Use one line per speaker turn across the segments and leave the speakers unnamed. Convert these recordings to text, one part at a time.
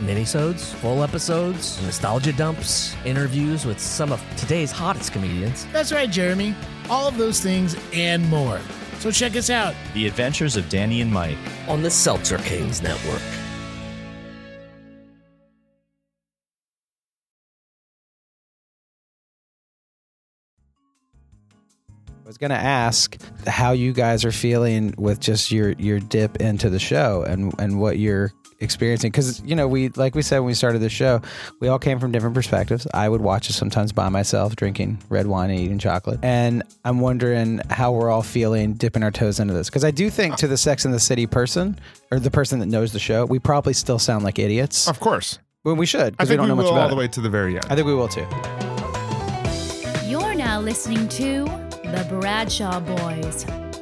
minisodes, full episodes, nostalgia dumps, interviews with some of today's hottest comedians.
That's right, Jeremy. All of those things and more. So check us out.
The Adventures of Danny and Mike.
on the Seltzer Kings Network.
I was going to ask how you guys are feeling with just your your dip into the show and and what you're experiencing because you know we like we said when we started the show we all came from different perspectives i would watch it sometimes by myself drinking red wine and eating chocolate and i'm wondering how we're all feeling dipping our toes into this because i do think to the sex and the city person or the person that knows the show we probably still sound like idiots
Of course.
well, we should
I
because we
think
don't
we
know much
will all
about
the
it
way to the very end.
i think we will too
You're now listening to The Bradshaw Boys,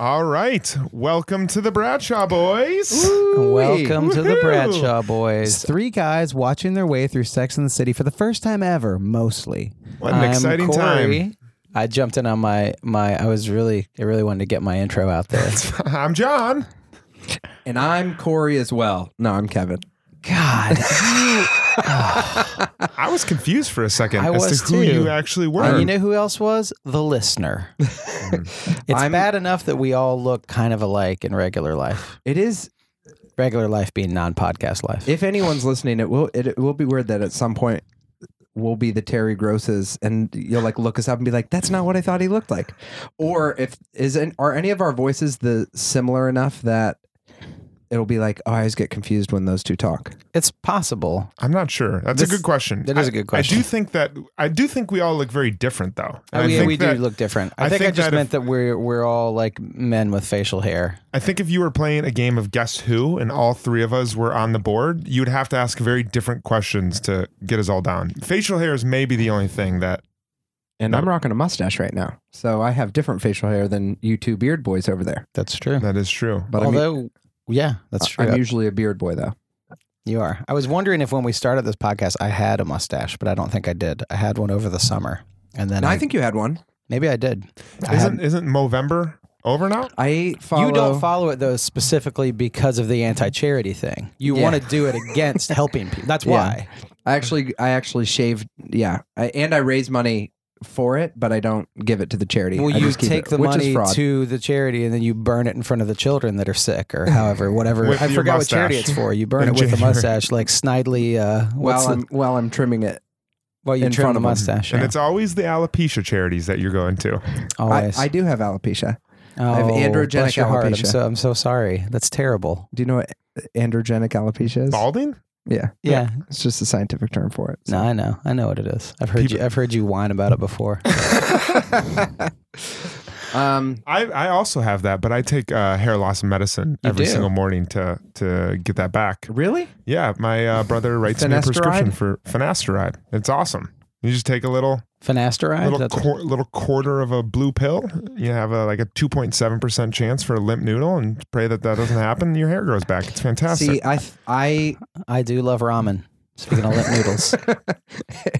All right. Welcome to the Bradshaw Boys.
Welcome to the
Woohoo!
Bradshaw Boys. Three guys watching their way through Sex in the City for the first time ever, mostly. Um,
What an
I'm
exciting
Corey.
time.
I jumped in on my my. I was really, I really wanted to get my intro out there.
I'm John.
And I'm Corey as well. No, I'm Kevin.
God,
I was confused for a second
I
as
was
to who
too.
you actually were.
And you know who else was the listener? it's
I'm-
bad enough that we all look kind of alike in regular life.
It is.
Regular life being non-podcast life.
If anyone's listening, it will. It, it will be weird that at some point we'll be the Terry Grosses, and you'll like look us up and be like, "That's not what I thought he looked like." Or if is an- are any of our voices the similar enough that it'll be like, "Oh, I always get confused when those two talk."
it's possible.
I'm not sure. That's a
This-
good question.
that is
I-
a good question. Uh,
I do think that I do think we all look very different though. And I
we
think
we
that-
do look different. I,
I
think, I
think
just
that if-
meant that we're we're all like men with facial hair.
I think if you were playing a game of Guess Who and all three of us were on the board, you would have to ask very different questions to get us all down. Facial hair is maybe the only thing that
And I'm rocking a mustache right now, so I have different facial hair than you two beard boys over there.
That's true.
that is true.
But I'm,
Although, yeah, that's true.
I'm usually a beard boy though.
you are. I was wondering if when we started this podcast, I had a mustache, but I don't think I did. I had one over the summer, and then
And
I,
I think you had one.
maybe I did. I
Isn't isn't Movember over now?
I follow.
You don't follow it though specifically because of the anti-charity thing. You
Yeah.
want to do it against helping people. That's
Yeah.
why.
I actually, I actually shaved. Yeah, I, and I raise money for it, but I don't give it to the charity.
Well,
I
you
just keep
take
it,
the
which is
money
fraud.
to the charity, and then you burn it in front of the children that are sick, or however, whatever.
With
I
your
forgot what charity
mustache.
it's for. You burn
In
it with a
January.
mustache, like Snidely. Uh, what's
while
the,
I'm while I'm trimming it.
well, you
in
trim
front
the
of 'em.
mustache.
And
yeah.
it's always the alopecia charities that you're going to.
I,
always.
I do have alopecia.
Oh,
have androgenic
bless your heart. I'm
alopecia.
so I'm so sorry. That's terrible.
Do you know what androgenic alopecia is?
Balding?
Yeah,
Yeah.
It's just a scientific term for it.
No, I know. I know what it is. I've heard you.
People-
I've heard you whine about it before.
Um,
I, I also have that, but I take uh, hair loss medicine
You
every
do?
single morning to to get that back.
really?
Yeah, my uh, brother writes me a
Finasteride?
prescription for finasteride. It's awesome. You just take a little
Finasteride.
little
That's-
quar- little quarter of a blue pill. You have a, like a two point seven percent chance for a limp noodle, and pray that that doesn't happen. and Your hair grows back. It's fantastic.
See, I th- I
I do love ramen. Speaking of lint noodles,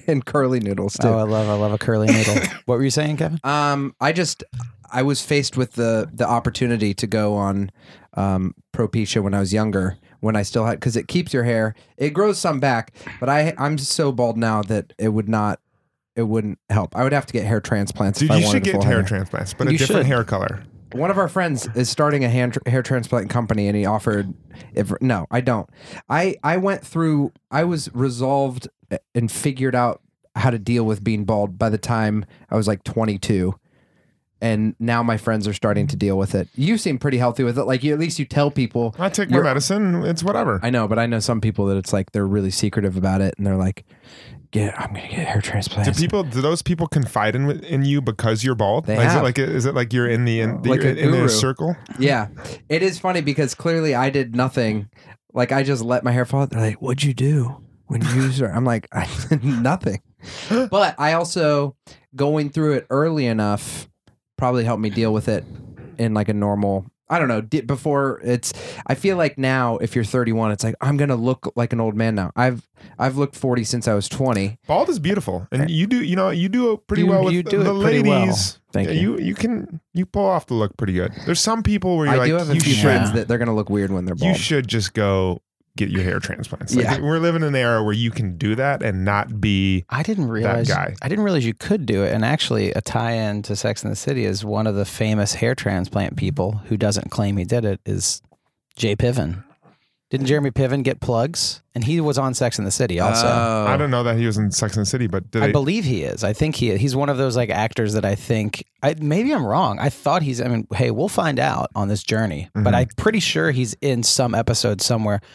and curly noodles too.
oh, I love. I love a curly noodle. what were you saying, Kevin?
Um, I just I was faced with the the opportunity to go on um, Propecia when I was younger, when I still had because it keeps your hair, it grows some back, but I I'm so bald now that it would not, it wouldn't help. I would have to get hair transplants.
Dude,
if I
you
wanted
should
a
get
full
hair
head of
transplants, but a
You
different
should.
hair color.
one of our friends is starting a hand, hair transplant company and he offered if no i don't i i went through i was resolved eh, and figured out how to deal with being bald by the time i was like 22 and now my friends are starting to deal with it. You seem pretty healthy with it. Like you, at least you tell people.
I take my
You're-
medicine. It's whatever.
I know, but I know some people that it's like they're really secretive about it, and they're like, "Get, I'm gonna get hair
do
transplants."
people? Do those people confide in in you because you're bald?
They
Like, Is it
have.
like is it like you're in the in, the,
Like a
in their
guru.
circle?
yeah, it is funny because clearly I did nothing. Like I just let my hair fall. They're like, "What'd you do when you?" Started? I'm like, "I did nothing." But I also going through it early enough probably helped me deal with it in like a normal. I don't know. di- Before it's, I feel like now if you're 31, it's like I'm gonna look like an old man now. I've I've looked 40 since I was 20.
Bald is beautiful, and you do you know you do pretty
You-
well with
you do
the
it pretty
ladies.
well. Thank
Yeah,
you.
you you can you pull off the look pretty good. There's some people where you're
I
like
do have a
you
few
should
friends that they're gonna look weird when they're
you
bald.
should just go get your hair transplants. Like,
Yeah.
we're living in an era where you can do that and not be
I didn't realize
guy.
I didn't realize you could do it. And actually, a tie-in to Sex and the City is one of the famous hair transplant people who doesn't claim he did it is Jay Piven. Didn't Jeremy Piven get plugs? And he was on Sex and the City also.
Oh.
I don't know that he was in Sex and the City, but did
I
they-
believe he is. I think he he's one of those like actors that I think I maybe I'm wrong. I thought he's I mean, hey, we'll find out on this journey.
Mm-hmm.
But I'm pretty sure he's in some episode somewhere.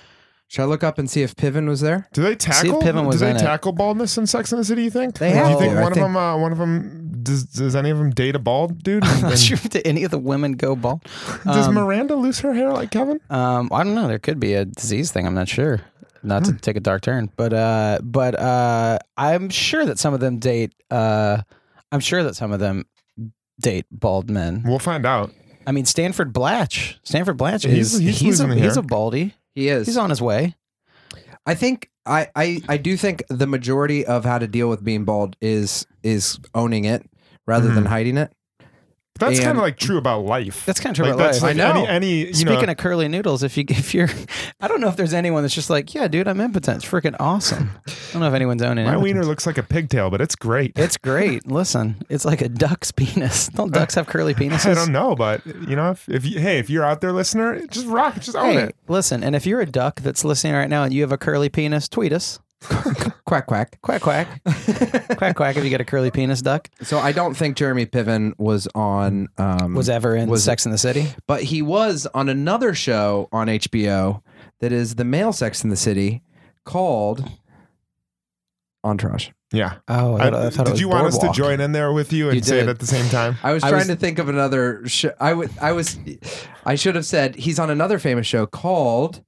Should I look up and see if Piven was there?
do they tackle
Piven was
do they
in it.
tackle baldness in Sex and the City? You think?
They
do
have
you think
to, I
one of
think.
them? Uh, one of them does, does any of them date a bald dude?
I'm not
And-
sure if any of the women go bald.
Does
Um,
Miranda lose her hair like Kevin?
Um, I don't know. There could be a disease thing. I'm not sure. Not
Mm.
to take a dark turn, but uh, but uh, I'm sure that some of them date. Uh, I'm sure that some of them date bald men.
We'll find out.
I mean, Stanford Blatch. Stanford Blatch
He's-
is
he's
he's
losing
a,
the
he's
hair.
a baldy.
He is.
He's on his way.
I think I, I I do think the majority of how to deal with being bald is is owning it rather than hiding it.
That's
And-
kind of like true about life.
That's kinda true about
that's
life.
Like
I know.
Any, any you
Speaking
know,
of curly noodles, if you if you're, I don't know if there's anyone that's just like, yeah, dude, I'm impotent. It's freaking awesome. I don't know if anyone's owning
my
impotence.
wiener looks like a pigtail, but it's great.
It's great. Listen, it's like a duck's penis. Don't ducks have curly penises?
I don't know, but you know, if, if you, hey, if you're out there, listener, just rock, it, just own
Hey,
it.
listen, and if you're a duck that's listening right now and you have a curly penis, tweet us.
Quack quack.
Quack, quack. quack, quack if you get a curly penis duck.
So I don't think Jeremy Piven was on
Mm.
um
Was ever in
Was-
Sex in the City.
but he was on another show on HBO that is the male sex in the city called Entourage.
Yeah.
Oh, I,
I-
thought- I thought it
did
was
you want us
Boardwalk.
to join in there with you and
You
say it
did.
at the same time?
I was
I
trying
was-
to think of another show. I would. I was. I should have said he's on another famous show called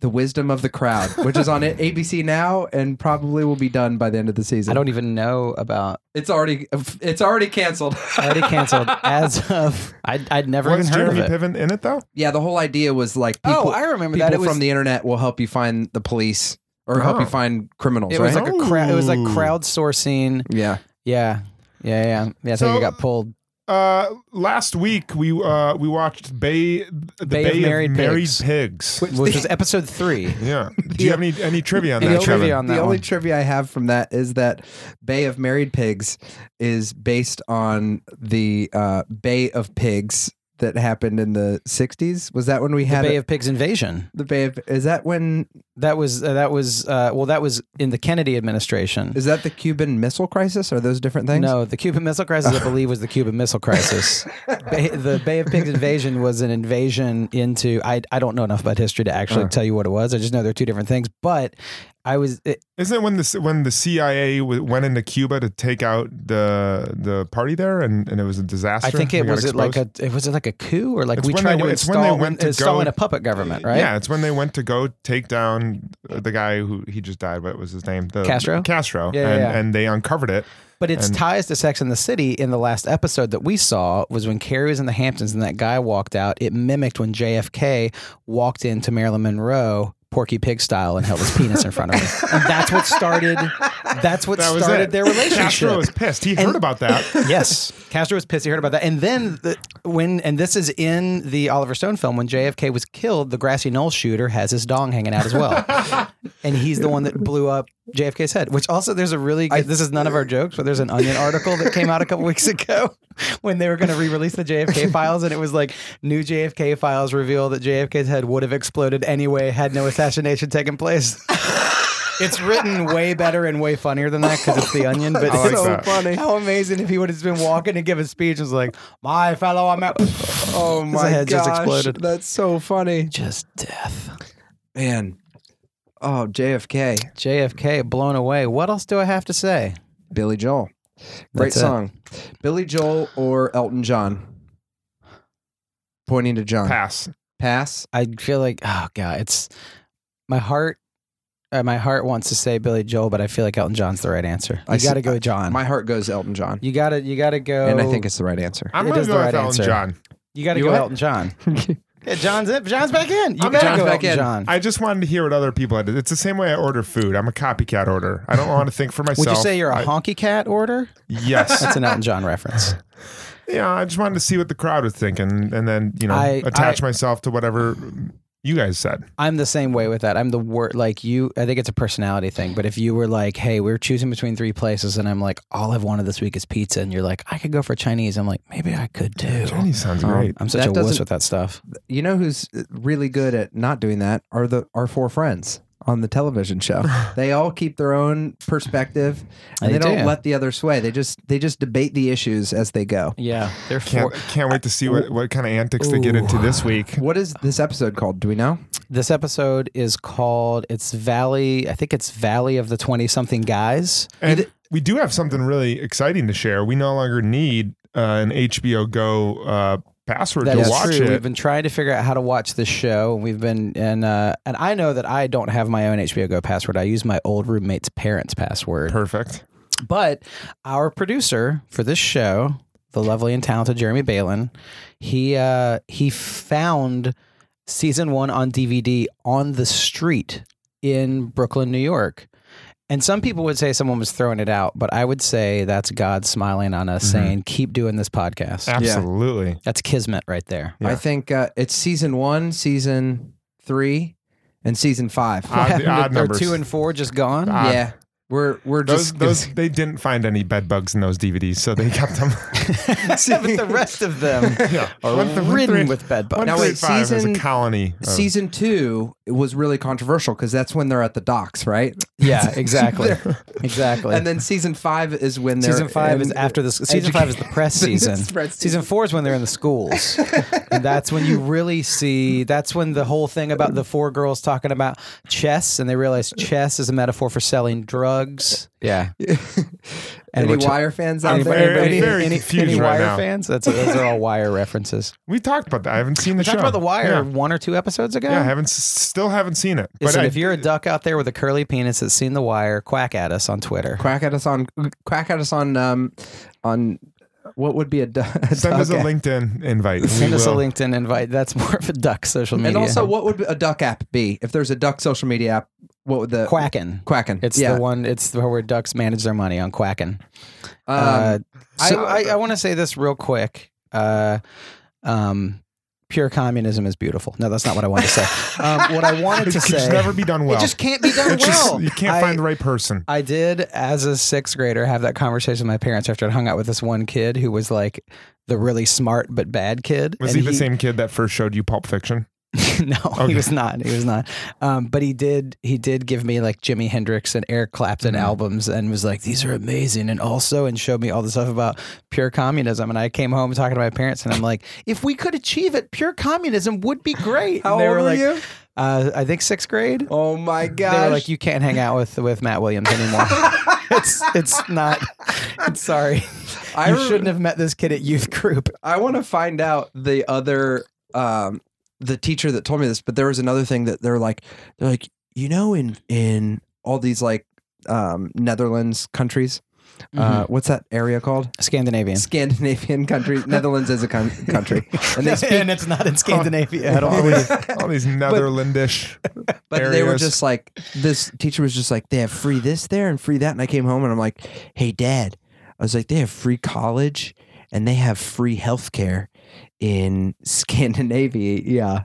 "The Wisdom of the Crowd," which is on ABC now and probably will be done by the end of the season.
I don't even know about.
It's already. It's already canceled.
Already canceled as of. I'd, I'd never
Was
even heard
Jeremy
of it.
Piven in it though?
yeah, the whole idea was like people.
oh, I remember
people
that. It was,
from the internet will help you find the police or help
Oh.
you find criminals.
it
right?
was like a crowd. It was like
Ooh.
crowdsourcing.
yeah.
Yeah. Yeah, yeah, yeah. I think
So-
it got pulled.
Uh, last week we uh we watched Bay the Bay,
Bay of Married Pigs.
Pigs.
Which was episode three.
Yeah. Do you have any any trivia on
Any
that?
trivia
Kevin?
on
the
that
only
one.
trivia I have from that is that Bay of Married Pigs is based on the uh, Bay of Pigs that happened in the '60s. Was that when we
The
had
Bay
a-
of Pigs invasion.
the Bay of? Is that when?
That was uh, that was uh, well that was in the Kennedy administration.
Is that the Cuban Missile Crisis? Are those different things?
No, the Cuban Missile Crisis, I believe, was the Cuban Missile Crisis. Bay, the Bay of Pigs invasion was an invasion into. I I don't know enough about history to
Uh.
actually tell you what it was. I just know they're two different things. But I was it,
Isn't it when the when the CIA w- went into Cuba to take out the the party there and, and it was a disaster?
I think
They
it
got
was it like
exposed?
a it was it like a coup or like
It's
we
when
tried
they-
to
it's when they
install
went to
installing
go-
a puppet government, right?
Yeah, it's when they went to go take down uh, the guy who he just died. What was his name? The,
Castro?
Castro.
Yeah, yeah,
and,
yeah.
and they uncovered it.
But its
And-
ties to Sex and the City in the last episode that we saw was when Carrie was in the Hamptons and that guy walked out. It mimicked when JFK walked into Marilyn Monroe, Porky Pig style, and held his penis in front of her. And that's what started. That's what
That was
started
it.
their relationship.
Castro was pissed. He heard about that.
yes, Castro was pissed. He heard about that. And then the, when, and this is in the Oliver Stone film, when JFK was killed, the grassy knoll shooter has his dong hanging out as well, and he's the one that blew up JFK's head. Which also, there's a really good, this is none of our jokes, but there's an Onion article that came out a couple weeks ago when they were going to re-release the JFK files, and it was like new JFK files reveal that JFK's head would have exploded anyway had no assassination taken place. It's written way better and way funnier than that because it's the onion. But
I like
it's
that.
funny.
How amazing if he would have just been walking and give a speech and was like, "My fellow, I'm out."
Oh my
head just
gosh,
exploded.
That's so funny,
Just death.
man. Oh, JFK,
JFK blown away. What else do I have to say?
Billy Joel, great
That's it.
song. Billy Joel or Elton John? Pointing to John.
Pass.
Pass.
I feel like oh god, it's my heart. Uh, my heart wants to say Billy Joel, but I feel like Elton John's the right answer.
I
You
see-
got to go, John.
My heart goes Elton John,
you got to you got to go.
and I think it's the right answer.
I'm
It
going
is
to
the
go
right
with Elton
answer.
John.
you got to
You
go
what?
Elton John. yeah, John's it. John's back in. You got to
John's
go
back
Elton
in.
John.
I just wanted to hear what other people had. It's the same way I order food. I'm a copycat order. I don't want to think for myself.
Would you say you're a
I-
honky cat order?
Yes.
That's an Elton John reference.
yeah, I just wanted to see what the crowd was thinking and then, you know,
I-
attach
I-
myself to whatever you guys said.
I'm the same way with that. I'm the word like you. I think it's a personality thing. But if you were like, "Hey, we're choosing between three places," and I'm like, "All I've wanted this week is pizza," and you're like, "I could go for Chinese," I'm like, "Maybe I could too."
Johnny sounds
Um,
great.
I'm such
That
a wuss
doesn't-
with that stuff.
you know who's uh, really good at not doing that are the our four friends on the television show. they all keep their own perspective and
They
they, don't
do.
let the other sway. They just they just debate the issues as they go.
Yeah, they're
Can't, can't wait to see what, what kind of antics they get into this week.
What is this episode called? Do we know?
This episode is called "It's Valley." I think it's Valley of the Twenty Something Guys.
And we do have something really exciting to share. We no longer need uh, an HBO Go uh, password
That
to
is
watch
true. We've
it.
been trying to figure out how to watch this show, and we've been and uh, and I know that I don't have my own HBO Go password. I use my old roommate's parents' password.
Perfect.
But our producer for this show, the lovely and talented Jeremy Balin, he uh, he found season one on DVD on the street in Brooklyn, New York. And some people would say someone was throwing it out, but I would say that's God smiling on us,
Mhm.
saying, "Keep doing this podcast."
Absolutely.
That's kismet right there.
Yeah.
I think uh, it's season 1, season 3 and season 5.
Odd-
Happened
odd
to- are
numbers.
two and four just gone?
odd.
yeah. We're we're
Those,
just
those they didn't find any bed bugs in those DVDs, so they kept them.
but the rest of them
yeah.
are
One through- one
ridden
through-
with bed bugs.
one
Now
through
wait,
five is a
season-
colony.
Oh.
of-
Season two was really controversial because that's when they're at the docks, right?
Yeah, exactly, exactly.
And then season five is when they're
Season five is
in-
after this. Season five is the press season.
press
Season four is when they're in the schools, and that's when you really see. That's when the whole thing about the four girls talking about chess, and they realize chess is a metaphor for selling drugs. Yeah,
Any
which-
Wire fans out
I'm
there?
very,
Anybody?
very confused
any
right
Wire
now.
fans? That's those are all Wire references.
We talked about that. I haven't seen the
We
show.
talked about the Wire
Yeah.
one or two episodes ago.
Yeah, I haven't. s- Still haven't seen it.
Listen,
I-
if you're a duck out there with a curly penis that's seen the Wire, quack at us on Twitter.
Quack at us on quack at us on um on what would be a, du- a
send us a
duck app.
LinkedIn invite. We
Send us a
will-
LinkedIn invite. That's more of a duck social media.
And also, what would a duck app be? If there's a duck social media app, what would the
quacking.
Quacking.
It's
yeah.
the one. It's the, where ducks manage their money on quacking.
Um,
Uh,
so-
I, I, I want to say this real quick. Uh, um, pure communism is beautiful. No, that's not what I wanted to say. um, what I wanted to
It could
say.
never be done well.
It just can't be done
It just-
well.
you can't
I-
find the right person.
I did, as a sixth grader, have that conversation with my parents after I hung out with this one kid who was like the really smart but bad kid.
Was
And
he the same kid that first showed you Pulp Fiction?
no,
Okay.
he was not. He was not. Um, but he did. He did give me like Jimi Hendrix and Eric Clapton
Mm-hmm.
albums, and was like, "These are amazing." And also, and showed me all the stuff about pure communism. And I came home talking to my parents, and I'm like, "If we could achieve it, pure communism would be great."
how
and they
old
were
were
like,
you?
Uh, I think sixth grade.
Oh my
They were
gosh!
like, "You can't hang out with with Matt Williams anymore." it's it's not. It's sorry.
I
you
rem-
shouldn't have met this kid at youth group.
I want to find out the other um the teacher that told me this, but there was another thing that they're like they're like you know in in all these like um Netherlands countries, uh, what's that area called?
Scandinavian.
Scandinavian countries. Netherlands is a con- country, and they speak.
and it's not in Scandinavia at all.
All these, all these Netherlandish.
But they were
areas.
just like this teacher was just like they have free this there and free that, and I came home and I'm like, hey dad, I was like they have free college and they have free healthcare in Scandinavia, yeah.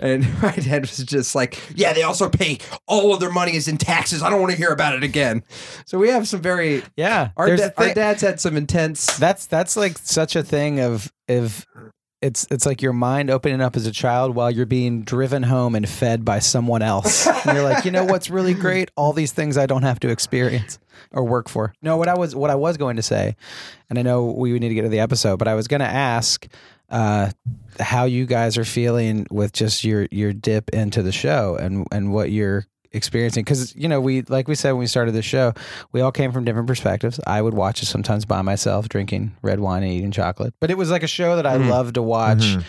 And my dad was just like, yeah, they also pay all of their money is in taxes. I don't want to hear about it again. So we have some very
Yeah,
our,
there's
da-
thi-
our dads had some intense.
that's that's like such a thing of if it's it's like your mind opening up as a child while you're being driven home and fed by someone else. and you're like, you know what's really great? All these things I don't have to experience or work for. No, what I was what I was going to say, and I know we would need to get to the episode, but I was going to ask uh, how you guys are feeling with just your your dip into the show and and what you're experiencing because you know we like we said when we started the show we all came from different perspectives i would watch it sometimes by myself drinking red wine and eating chocolate but it was like a show that i
Mhm.
loved to watch
Mhm.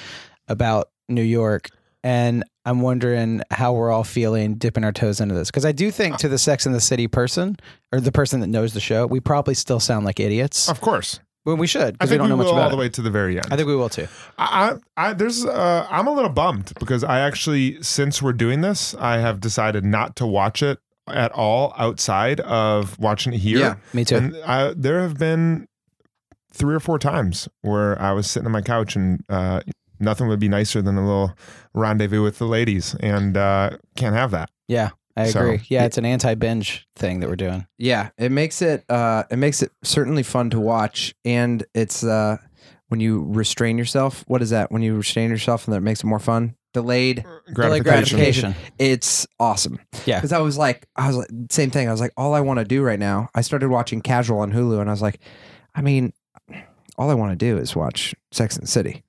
about new york and i'm wondering how we're all feeling dipping our toes into this because i do think to the sex and the city person or the person that knows the show we probably still sound like idiots
Of course.
well we should
I
because we
think
don't
we,
know much
will all
about
the
it
way to the very end.
i think we will too
I, I, I there's uh, I'm a little bummed because I actually since we're doing this, I have decided not to watch it at all outside of watching it here.
Yeah,
me too
And I, there have been three or four times where I was sitting on my couch and uh, nothing would be nicer than a little rendezvous with the ladies, and uh, can't have that.
yeah i
So-
agree yeah it's an anti-binge thing that we're doing
Yeah, it makes it uh it makes it certainly fun to watch and it's uh when you restrain yourself, what is that? When you restrain yourself and that makes it more fun? Delayed
Mm.
Delayed gratification.
It's awesome.
Yeah.
Cuz I was like I was like same thing. I was like all I want to do right now. I started watching Casual on Hulu and I was like I mean all I want to do is watch Sex and the City.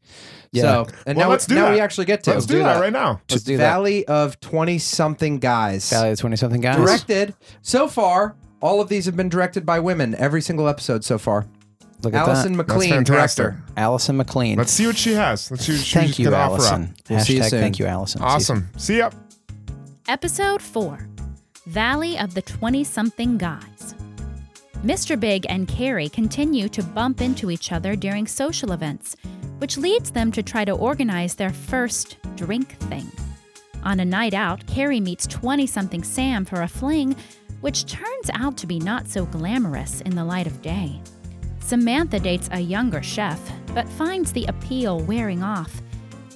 Yeah.
So, and
Well,
now,
let's do
now we
that.
actually get to
Let's do, that, right now.
Let's do that.
Valley of 20 something guys.
Valley of the 20 something guys.
Directed so far, all of these have been directed by women. Every single episode so far.
Look at
Allison
that.
That's
McLean,
fantastic.
director.
Allison McLean.
Let's see what she has. Let's see what she's
thank you,
going to offer up.
Allison.
We'll
Hashtag
see you soon.
thank you, Allison.
Awesome. See ya.
Episode 4 Valley of the 20 something guys. Mr. Big and Carrie continue to bump into each other during social events, which leads them to try to organize their first drink thing. On a night out, Carrie meets 20 something Sam for a fling, which turns out to be not so glamorous in the light of day. Samantha dates a younger chef, but finds the appeal wearing off.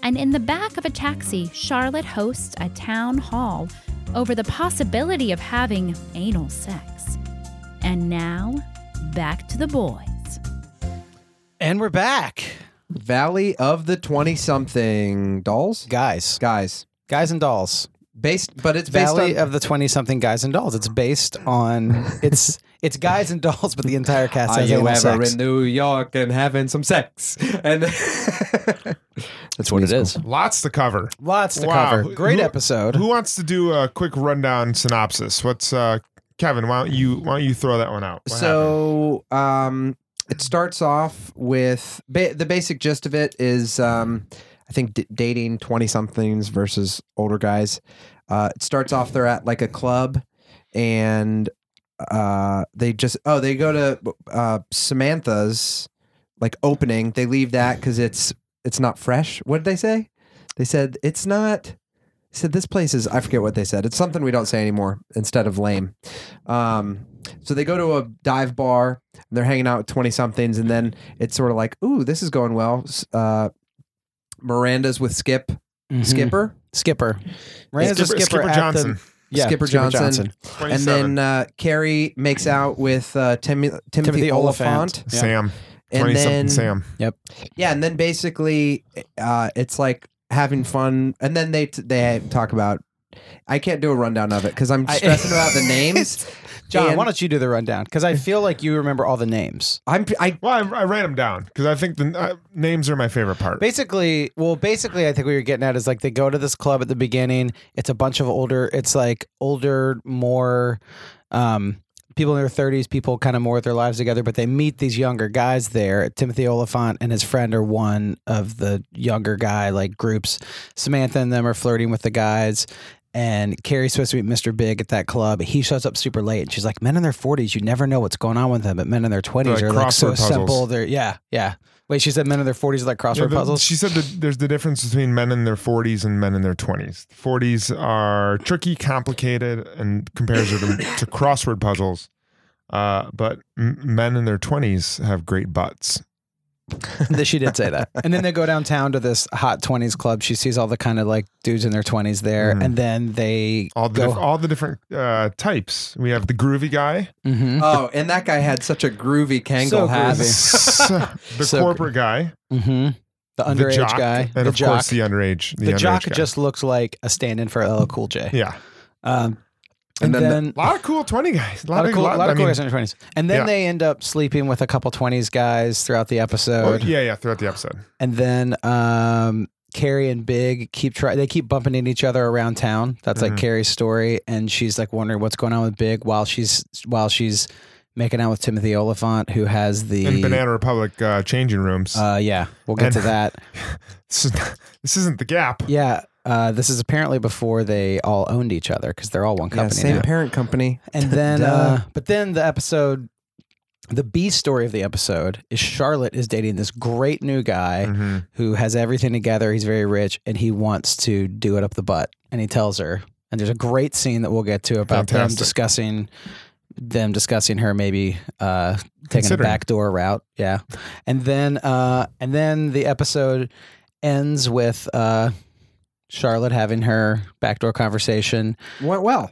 And in the back of a taxi, Charlotte hosts a town hall over the possibility of having anal sex. And now, back to the boys.
And we're back.
Valley of the 20 something dolls?
Guys.
Guys.
Guys and dolls.
Based but it's based
Valley
on
of the 20 something guys and dolls. It's based on it's it's guys and dolls, but the entire cast
are
has
you
anal
ever
sex.
in New York and having some sex? And that's
what it is.
Lots to cover.
Lots to
Wow.
cover. Great
Who-
episode.
Who wants to do a quick rundown synopsis? What's uh Kevin, why don't you why don't you throw that one out? What happened?
so um, it starts off with ba- the basic gist of it is um, I think d- dating 20 somethings versus older guys. Uh, it starts off they're at like a club and uh, they just oh they go to uh, Samantha's like opening. They leave that because it's it's not fresh. What did they say? They said it's not. they Said this place is I forget what they said. It's something we don't say anymore instead of lame. Um, so they go to a dive bar and they're hanging out with 20 somethings. And then it's sort of like, ooh, this is going well. S- Uh, Miranda's with Skip,
Mhm.
Skipper,
Skipper. Miranda's a
Skipper, Skipper
at
Johnson.
The, yeah,
Skipper Johnson. and
27.
then uh, Carrie makes out with uh, Tim- Timothy,
Timothy
Oliphant.
Oliphant. yeah.
Sam.
And
Twenty something
then-
Sam.
Yeah, and then basically, uh, it's like having fun, and then they t- they talk about. I can't do a rundown of it because I'm
I-
stressing about the names.
John,
And-
why don't you do the rundown? Because I feel like you remember all the names.
I'm I
Well, I, I ran them down because I think the uh, names are my favorite part.
Basically, well, basically, I think what you're getting at is like they go to this club at the beginning. It's a bunch of older, it's like older, more um, people in their 30s, people kind of more with their lives together, but they meet these younger guys there. Timothy Oliphant and his friend are one of the younger guy like groups. Samantha and them are flirting with the guys. And Carrie's supposed to meet Mr. Big at that club. He shows up super late. And she's like, Men in their 40s, you never know what's going on with them. But men in their 20s
like
are like so
crossword puzzles.
simple. They're, yeah, yeah. Wait, she said men in their 40s are like
Yeah,
crossword
the-
puzzles?
She said that there's the difference between men in their 40s and men in their 20s. 40s are tricky, complicated, and compares her to, to crossword puzzles. Uh, but m- men in their 20s have great butts.
That she did say that. And then they go downtown to this hot twenties club. She sees all the kind of like dudes in their twenties there,
Mhm.
and then they
All the,
go.
diff- all the different uh, types. We have the groovy guy,
Mhm.
oh, and that guy had such a groovy Kangol
So
hat.
groovy.
the
So-
corporate guy,
Mhm. The the underage
jock,
guy,
and
the
of course
jock.
the underage. The,
the
underage
jock
guy.
just looks like a stand-in for LL Cool J.
yeah.
Um,
And
and,
then the-
then
A lot of cool twenty guys. A
a lot of cool, lot,
I
of cool
mean,
guys in their 20s. And then
yeah.
they end up sleeping with a couple 20s guys throughout the
oh,
episode.
yeah, yeah. Throughout the episode,
And then um, Carrie and Big keep try. They keep bumping into each other around town. That's
Mhm.
Mm-hmm.
like Carrie's story, and she's like wondering what's going on with Big while she's while she's making out with Timothy Oliphant, who has the
in Banana Republic uh, changing rooms.
Uh, yeah, we'll get
And-
to that.
this, is, this isn't the gap.
Yeah. Uh, this is apparently before they all owned each other because they're all one
Yeah,
company.
same
now.
parent company.
And then,
Duh.
uh, but then the episode, the B story of the episode is Charlotte is dating this great new guy
hmm
who has everything together. He's very rich and he wants to do it up the butt. And he tells her, and there's a great scene that we'll get to about them
Fantastic.
discussing them discussing her maybe uh taking a
Considering.
backdoor route yeah and then uh and then the episode ends with uh charlotte having her backdoor conversation
Went well.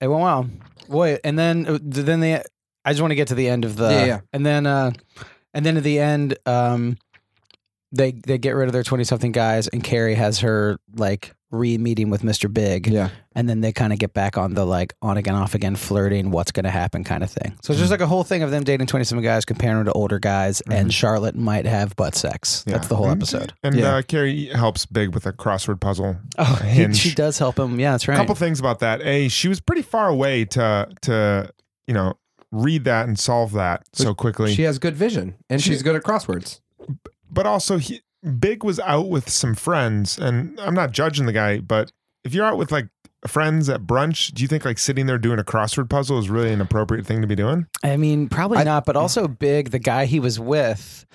it went well. Wait, and then uh, then the I just want to get to the end of the
Yeah, yeah.
and then uh and then at the end um they they get rid of their 20 something guys and Carrie has her like re meeting with Mr. Big
Yeah.
and then they kind of get back on the like on again off again flirting what's going to happen kind of thing. So it's
Mm.
just like a whole thing of them dating 20 something guys comparing to older guys
Mm-hmm.
and Charlotte might have butt sex.
Yeah.
That's the whole
And-
episode.
Mm-hmm. And
Yeah.
uh, Carrie helps Big with a crossword puzzle.
Oh,
he- Hinge.
she
she
does help him. Yeah, that's
A
right.
couple things about that. A, she was pretty far away to to you know read that and solve that so quickly.
She has good vision and
She-
she's good at crosswords.
but also he, Big was out with some friends, and I'm not judging the guy, but if you're out with like friends at brunch, do you think like sitting there doing a crossword puzzle is really an appropriate thing to be doing?
I mean, probably
I-
not, but also Big, the guy he was with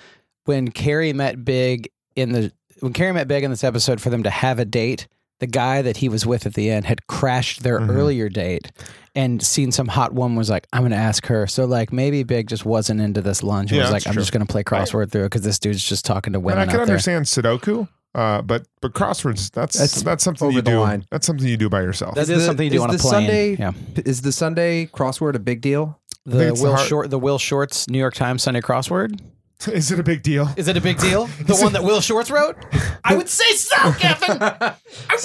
when Carrie met Big in the when Carrie met Big in this episode for them to have a date, the guy that he was with at the end had crashed their
Mhm.
earlier date and seen some hot woman was like, I'm gonna ask her. So like maybe Big just wasn't into this lunch and
Yeah,
was like,
that's
I'm
true.
just gonna play crossword through it because this dude's just talking to
And
women.
I can
out there.
understand Sudoku, uh, but but crosswords that's that's,
That's
something
over
you
the
do.
line.
That's something you do by yourself.
That
That's-
is
the-
something you do
is
on a
the
plane.
Sunday-
yeah.
Is the Sunday crossword a big deal?
The
it's the
Will
hard-
Short the Will Shorts New York Times Sunday crossword.
Is it a big deal?
Is it a big deal? The one that Will Shorts wrote? I would say so, Kevin. I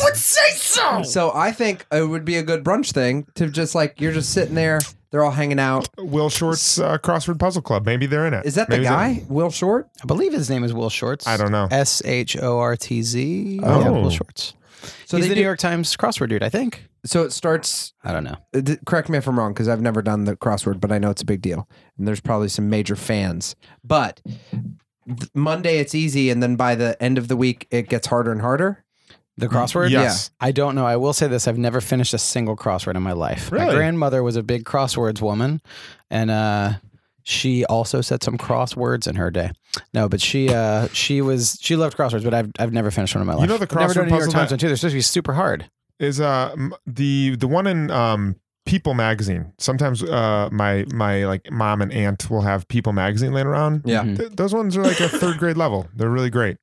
would say so.
So I think it would be a good brunch thing to just like you're just sitting there, they're all hanging out.
Will Short's uh, crossword puzzle club. Maybe they're in it.
Is that the
Maybe they're-
guy? Will Short?
I believe his name is Will Shorts.
I don't know.
S H O R T Z.
Oh.
Yeah, Will Shorts.
So
He's
they
the
do-
New York Times crossword dude, I think.
So it starts
I don't know.
uh, d- correct me if I'm wrong because I've never done the crossword, but I know it's a big deal, and there's probably some major fans. But th- Monday it's easy, and then by the end of the week it gets harder and harder.
The crossword?
Mm, Yes.
I don't know. I will say this. I've never finished a single crossword in my life. My
Really?
grandmother was a big crosswords woman and uh she also said some crosswords in her day. No, but she uh she was she loved crosswords, but I've I've never finished one in my life.
You know the
I've never
crossword
done a New York
puzzle
Times
that-
one too. They're supposed to be super hard.
Is uh m- the the one in um People magazine. Sometimes uh my my like mom and aunt will have People magazine laying around.
Yeah,
Mhm.
Th- those ones are like a third grade level. They're really great.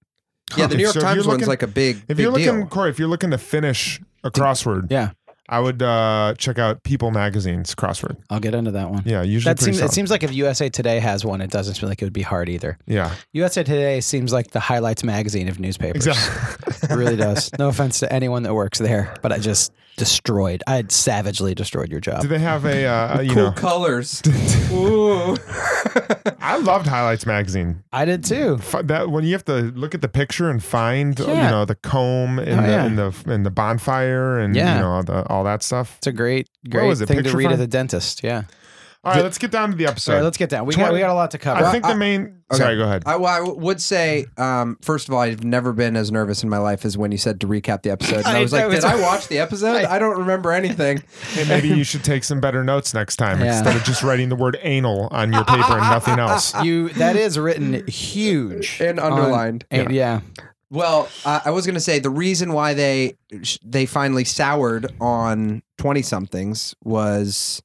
yeah. The New York
So if
Times
you're
one's
looking-
like a big,
If
big
you're looking,
deal.
Corey, if you're looking to finish a crossword,
Yeah.
I would uh, check out People Magazine's crossword.
I'll get into that one.
Yeah, usually
That
pretty
seems, it
solid.
seems like if USA Today has one, it doesn't seem like it would be hard either.
yeah,
USA Today seems like the highlights magazine of newspapers.
exactly.
It really does. No offense to anyone that works there, but I just destroyed. I had savagely destroyed your job.
Do they have a, uh, you
cool
know?
colors. Ooh.
I loved Highlights Magazine.
I did too.
F- That when you have to look at the picture and find, uh,
Yeah.
you know, the comb and,
Oh,
the,
yeah. and
and the and the bonfire and
Yeah.
you know all, the, all that stuff.
It's a great,
Where
great
was it?
thing to
Picture
read at
frame?
the dentist. Yeah.
All right, let's get down to the
All right,
episode.
let's get down. We got, we got a lot to cover.
I think the main.
okay.
Sorry, go ahead.
I, well, I w- would say, um, first of all, I've never been as nervous in my life as when you said to recap the episode. And I,
I
was
know,
like, did
it's-
I watch the episode? I don't remember anything.
Hey, maybe you should take some better notes next time
Yeah.
instead of just writing the word anal on your paper and nothing else.
you that is written huge
And
on-
underlined.
and- yeah.
Well, I I was going to say the reason why they they finally soured on twenty somethings was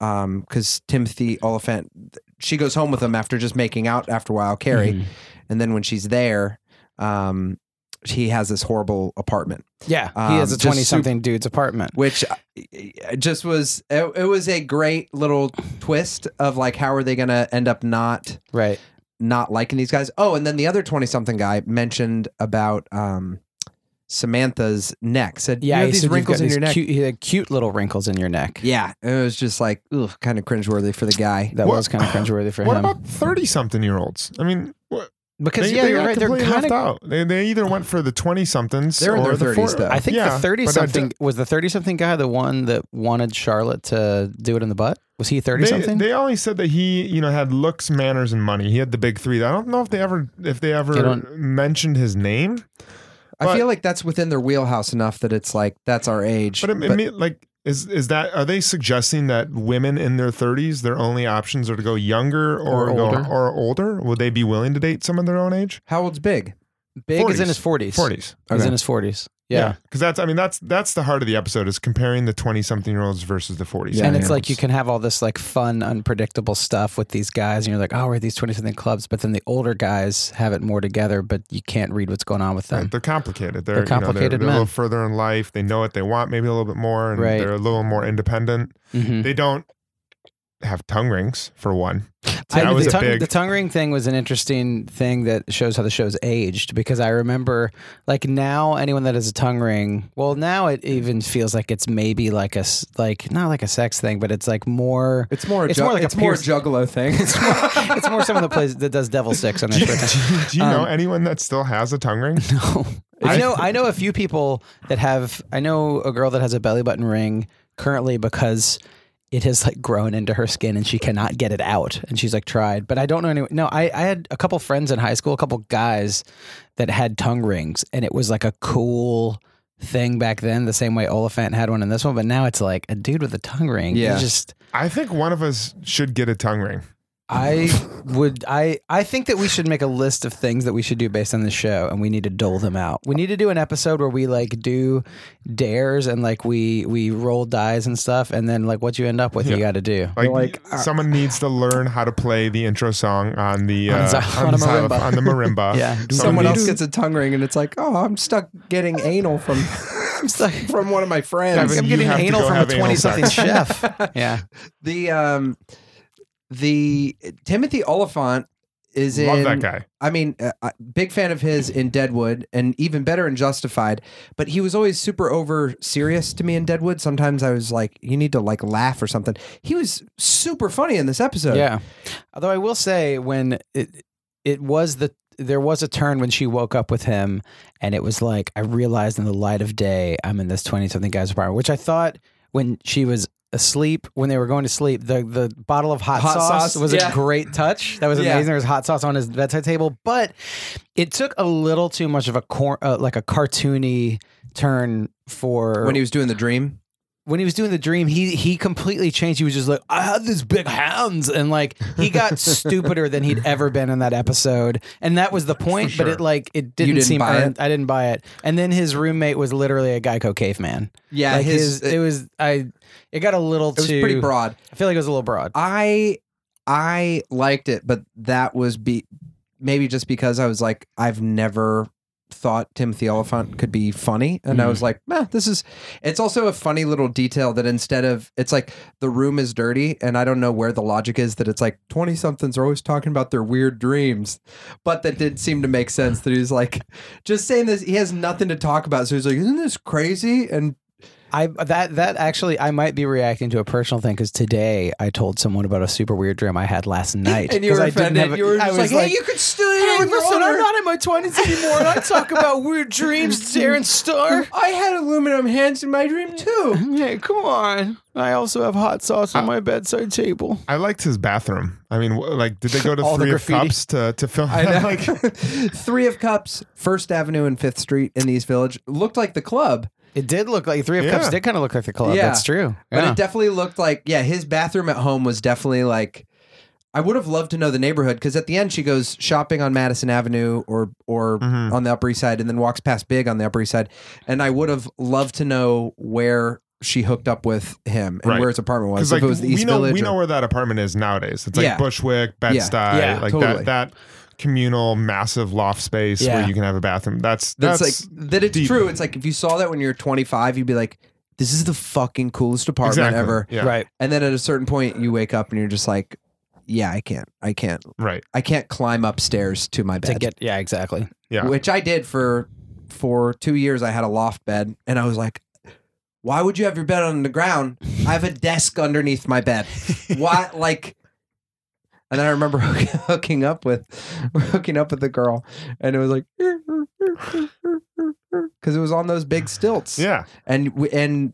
because Timothy Oliphant she goes home with him after just making out after a while, Carrie, and then when she's there, um, he has this horrible apartment,
Yeah.
Um,
he has a
just
20 something dude's apartment.
which uh, just was it, it was a great little twist of like how are they going to end up not
Right.
not liking these guys. Oh, and then the other 20 something guy mentioned about um, Samantha's neck. Said,
Yeah,
you
he
have these
said you've
wrinkles
got
in
these
your neck.
Cute, he had cute little wrinkles in your neck.
Yeah. It was just like, ugh, kind of cringeworthy for the guy.
That
What-
was kind of cringeworthy for
what
him.
about 30 something year olds? I mean, what,
because,
they,
yeah,
they
you're
got
right. They're
completely
kind
left
of.
out. They, they either went for the 20 somethings
They're
or
in their
the
30s,
40s.
though.
I think
Yeah,
the 30
but I
something
d-
was the 30 something guy the one that wanted Charlotte to do it in the butt? Was he 30
They,
something?
they only said that he, you know, had looks, manners, and money. He had the big three. I don't know if they ever, if they
They
ever
don't-
mentioned his name.
I
But-
feel like that's within their wheelhouse enough that it's like, that's our age.
But, it, it mean, like, is is that are they suggesting that women in their 30s, their only options are to go younger or,
Or
go-
older.
or older? Would they be willing to date someone their own age?
how old's Big?
Big is in his 40s.
40s.
He's
Okay.
in his 40s. Yeah.
because that's I mean that's that's the heart of the episode is comparing the 20 something year olds versus the 40s.
and it's like you can have all this like fun, unpredictable stuff with these guys, and you're like, oh, we're at these 20 something clubs. But then the older guys have it more together, but you can't read what's going on with them.
Right, they're complicated. They're,
They're
you know,
complicated
they're a
men.
little further in life. They know what they want, maybe a little bit more, and
Right.
they're a little more independent.
Mhm.
They don't have tongue rings for one.
I,
That was
the,
a
tongue,
big-
the tongue ring thing was an interesting thing that shows how the show's aged because I remember like now anyone that has a tongue ring, well now it even feels like it's maybe like a s- like not like a sex thing, but it's like more
It's more, a
It's
ju-
more like a
it's more
pierce-
juggalo thing.
it's more, it's more someone that plays that does devil sticks on
Do
their
you,
free time.
do you- do you know
Um,
anyone that still has a tongue ring?
No. I know I know a few people that have I know a girl that has a belly button ring currently because it has like grown into her skin and she cannot get it out and she's like tried but I don't know anyone no I, I had a couple friends in high school a couple guys that had tongue rings and it was like a cool thing back then the same way Oliphant had one in this one but now it's like a dude with a tongue ring yeah
Yeah.
just
I think one of us should get a tongue ring.
I would I I think that we should make a list of things that we should do based on the show and we need to dole them out. We need to do an episode where we like do dares and like we we roll dies and stuff and then like what you end up with you
Yeah.
got to do.
Like,
Like, uh,
someone needs to learn how to play the intro song on the
On
uh,
xy-
on,
on a
the xylo-
marimba.
on the marimba.
Yeah.
Someone
needs-
else gets a tongue ring and it's like, oh, I'm stuck getting anal from
I'm stuck
from one of my friends.
Kevin,
I'm
you
getting
have to
anal
go
from a
have anal
20 something
sex.
chef. Yeah.
The um, the Timothy Oliphant is
Love
in.
that guy.
I mean, uh, uh, big fan of his in Deadwood, and even better in Justified. But he was always super over serious to me in Deadwood. Sometimes I was like, you need to like laugh or something. He was super funny in this episode.
Yeah. Although I will say when it it was the there was a turn when she woke up with him and it was like I realized in the light of day I'm in this 20 something guy's apartment, which I thought when she was asleep when they were going to sleep the the bottle of hot,
Hot
sauce,
sauce,
was
yeah.
a great touch that was
Yeah.
amazing there was hot sauce on his bedside table but it took a little too much of a cor- uh, like a cartoony turn for
when he was doing the dream.
when he was doing the dream, he he completely changed. He was just like, I have these big hands, and like he got stupider than he'd ever been in that episode. And that was the point. But
sure.
it like it didn't,
didn't
seem
buy
earned. I didn't buy it. And then his roommate was literally a Geico caveman.
Yeah,
like
his,
his, it was I it got a little
it was
too
pretty broad.
I feel like it was a little broad.
I I liked it, but that was be maybe just because I was like, I've never thought Timothy Oliphant could be funny, and I was
Mm-hmm.
like, meh, this is. It's also a funny little detail that instead of it's like the room is dirty, and I don't know where the logic is that it's like twenty somethings are always talking about their weird dreams, but that did seem to make sense that he's like just saying this. He has nothing to talk about, so he's like, isn't this crazy? And
I that that actually I might be reacting to a personal thing because today I told someone about a super weird dream I had last night.
and you were
'cause I didn't
offended.
have a-
you were
I
just
was
like, hey, you could still.
Hey, listen, I'm not in my twenties anymore, and I talk about weird dreams, Darren Star.
I had aluminum hands in my dream
Mm-hmm.
too.
Hey, come on! Uh, I also have hot sauce on my bedside table.
I liked his bathroom. I mean, wh- like, did they go to
All the
three of
graffiti.
cups to to film?
I
that?
know.
like,
Three of Cups, First Avenue and Fifth Street in East Village looked like the club,
It did look like Three of
Yeah.
Cups did kind of look like the club.
Yeah.
That's true.
but
Yeah.
it definitely looked like yeah. His bathroom at home was definitely like. I would have loved to know the neighborhood because at the end she goes shopping on Madison Avenue or or
Mhm.
on the Upper East Side and then walks past Big on the Upper East Side, and I would have loved to know where she hooked up with him and
Right.
where his apartment was.
Because
If
like
it was the East
we know
Village,
we
or-
know where that apartment is nowadays. It's like
Yeah.
Bushwick, Bed Stuy,
Yeah,
like
totally.
that that communal massive loft space
Yeah.
where you can have a bathroom. That's that's,
That's, like that. It's
deep.
true. It's like if you saw that when you're 25, you'd be like, "This is the fucking coolest apartment
exactly.
ever."
Yeah.
Right.
And then at a certain point, you wake up and you're just like, yeah, I can't. I can't.
Right.
I can't climb upstairs to my
to
bed.
get yeah exactly
Yeah.
which I did for for two years. I had a loft bed, and I was like, "Why would you have your bed on the ground? I have a desk underneath my bed. Why?" Like, and then I remember hooking up with hooking up with the girl, and it was like because it was on those big stilts,
Yeah.
and we- and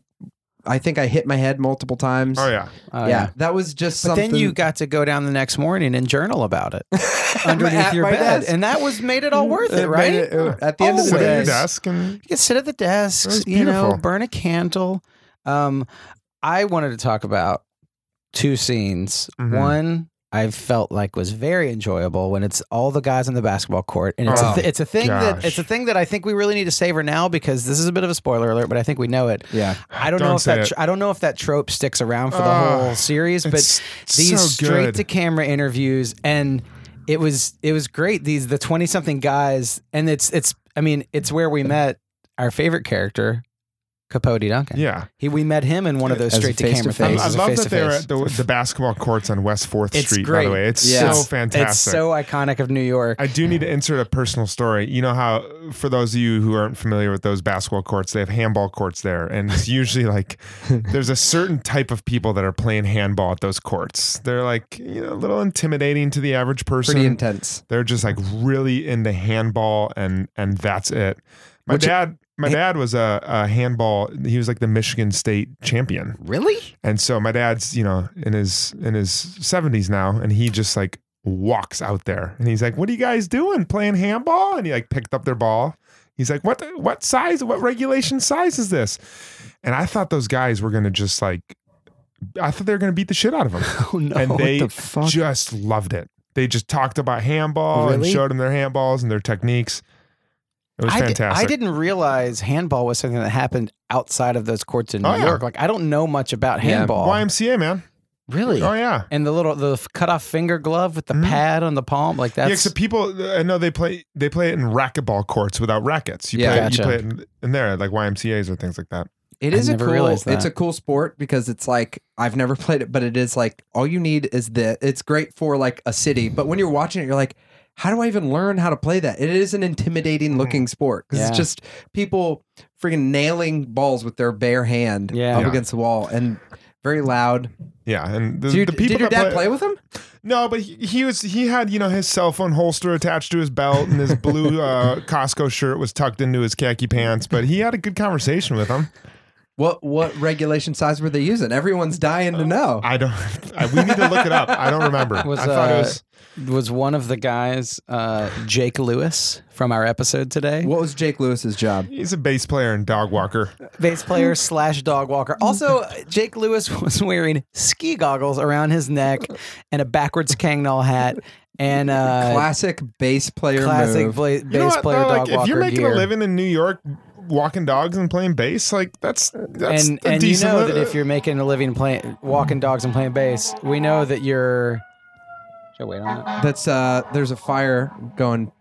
I think I hit my head multiple times.
Oh yeah.
Oh,
yeah. that was just
But
something.
then you got to go down the next morning and journal about it underneath
At
your
my
bed,
desk.
and that was made it all worth
It
it,
made
right?
it- it- at the end of the
Sit at Oh, your
day,
desk and
You could sit at the desk,
That's
you know,
beautiful.
burn a candle. Um, I wanted to talk about two scenes.
Mhm.
One I felt like was very enjoyable when it's all the guys on the basketball court, and it's
Oh,
a th- it's a thing that
gosh.
it's a thing that I think we really need to savor now because this is a bit of a spoiler alert, but I think we know it.
yeah.
I don't,
Don't
know if
say
that
it.
tr- I don't know if that trope sticks around for the
Ah,
whole series, but
it's
these
so
straight
good.
to camera interviews and it was it was great these the 20 something guys and it's it's I mean it's where we met our favorite character Capote Duncan.
yeah.
He we met him in one of those
As a
straight to camera
face-to-face.
I,
things.
I
as a
love that
face-to-face.
they're at the, the basketball courts on West Fourth
It's
Street. By
great.
the way, it's
Yeah.
so
It's-
fantastic.
It's so iconic of New York.
I do need to insert a personal story. You know how, for those of you who aren't familiar with those basketball courts, they have handball courts there. And it's usually like there's a certain type of people that are playing handball at those courts. They're like, you know, a little intimidating to the average person.
Pretty intense.
They're just like really into handball and and that's it. My
Which-
dad my
eh
dad was a, a handball he was like the Michigan State champion.
really?
And so my dad's, you know, in his in his seventies now, and he just like walks out there, and he's like, "What are you guys doing? Playing handball?" And he like picked up their ball. He's like, "What? What size? What regulation size is this?" And I thought those guys were gonna just like, I thought they were gonna beat the shit out of him,
Oh no.
and they
what the fuck?
just loved it. They just talked about handball and
Really?
showed them their handballs and their techniques. It was
I di-
fantastic.
I didn't realize handball was something that happened outside of those courts in New
Oh, yeah.
York. Like I don't know much about
Yeah.
handball.
YMCA man.
Really?
Oh yeah.
And the little the f- cut off finger glove with the
Mhm.
pad on the palm, like
yeah,
that's
except people I know they play they play it in racquetball courts without rackets. You
Yeah.
play
Gotcha.
you play it in, in there like YMCA's or things like that.
It
I
is a
never
cool.
realized that.
It's a cool sport because it's like I've never played it, but it is like all you need is the. It's great for like a city, but when you're watching it, you're like, how do I even learn how to play that? It is an intimidating
Mm.
looking sport because
Yeah.
it's just people freaking nailing balls with their bare hand
Yeah.
up
Yeah.
against the wall and very loud.
Yeah, and the,
Did, your-
the people
did your
that
dad play, with him?
No, but he, he was he had you know his cell phone holster attached to his belt and his blue uh, Costco shirt was tucked into his khaki pants. But he had a good conversation with him.
What what regulation size were they using? Everyone's dying to know.
Uh, I don't. I, we need to look it up. I don't remember.
Was,
I thought
uh,
it was
was one of the guys, uh, Jake Lewis from our episode today,
What was Jake Lewis's job?
he's a bass player and dog walker.
bass player slash dog walker. Also, Jake Lewis was wearing ski goggles around his neck and a backwards Kangnall hat and uh,
Classic bass player
classic
move.
bla- bass
You know what,
player
though?
dog
Like,
walker
if you're making
gear.
a living in New York walking dogs and playing bass, like that's that's
and
a
and you
decent
know
li-
that if you're making a living playing walking dogs and playing bass, we know that you're. Should I wait on that?
That's uh. There's a fire going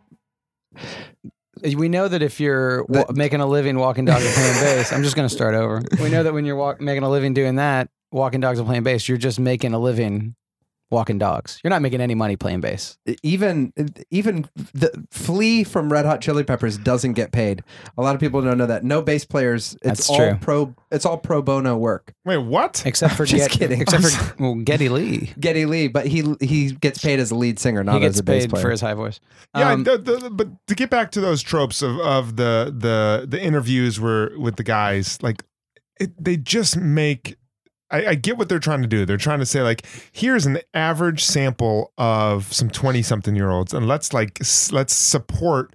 We know that if you're wa-
That-
making a living walking dogs and playing bass, I'm just going to start over. We know that when you're walk, making a living doing that, walking dogs and playing bass, you're just making a living walking dogs. You're not making any money playing bass.
even even the flea from Red Hot Chili Peppers doesn't get paid. A lot of people don't know that. No bass players.
That's
It's all
true.
pro. It's all pro bono work.
wait, what?
Except for
Just
Get-
kidding.
Except for well, Getty Lee.
Getty Lee, but he he gets paid as a lead singer, not
he gets
as a bass
paid
player.
for his high voice.
Yeah,
Um,
the, the, but to get back to those tropes of, of the the the interviews were with the guys, like it, they just make. I, I get what they're trying to do. They're trying to say like, here's an average sample of some twenty something year olds, and let's like s- let's support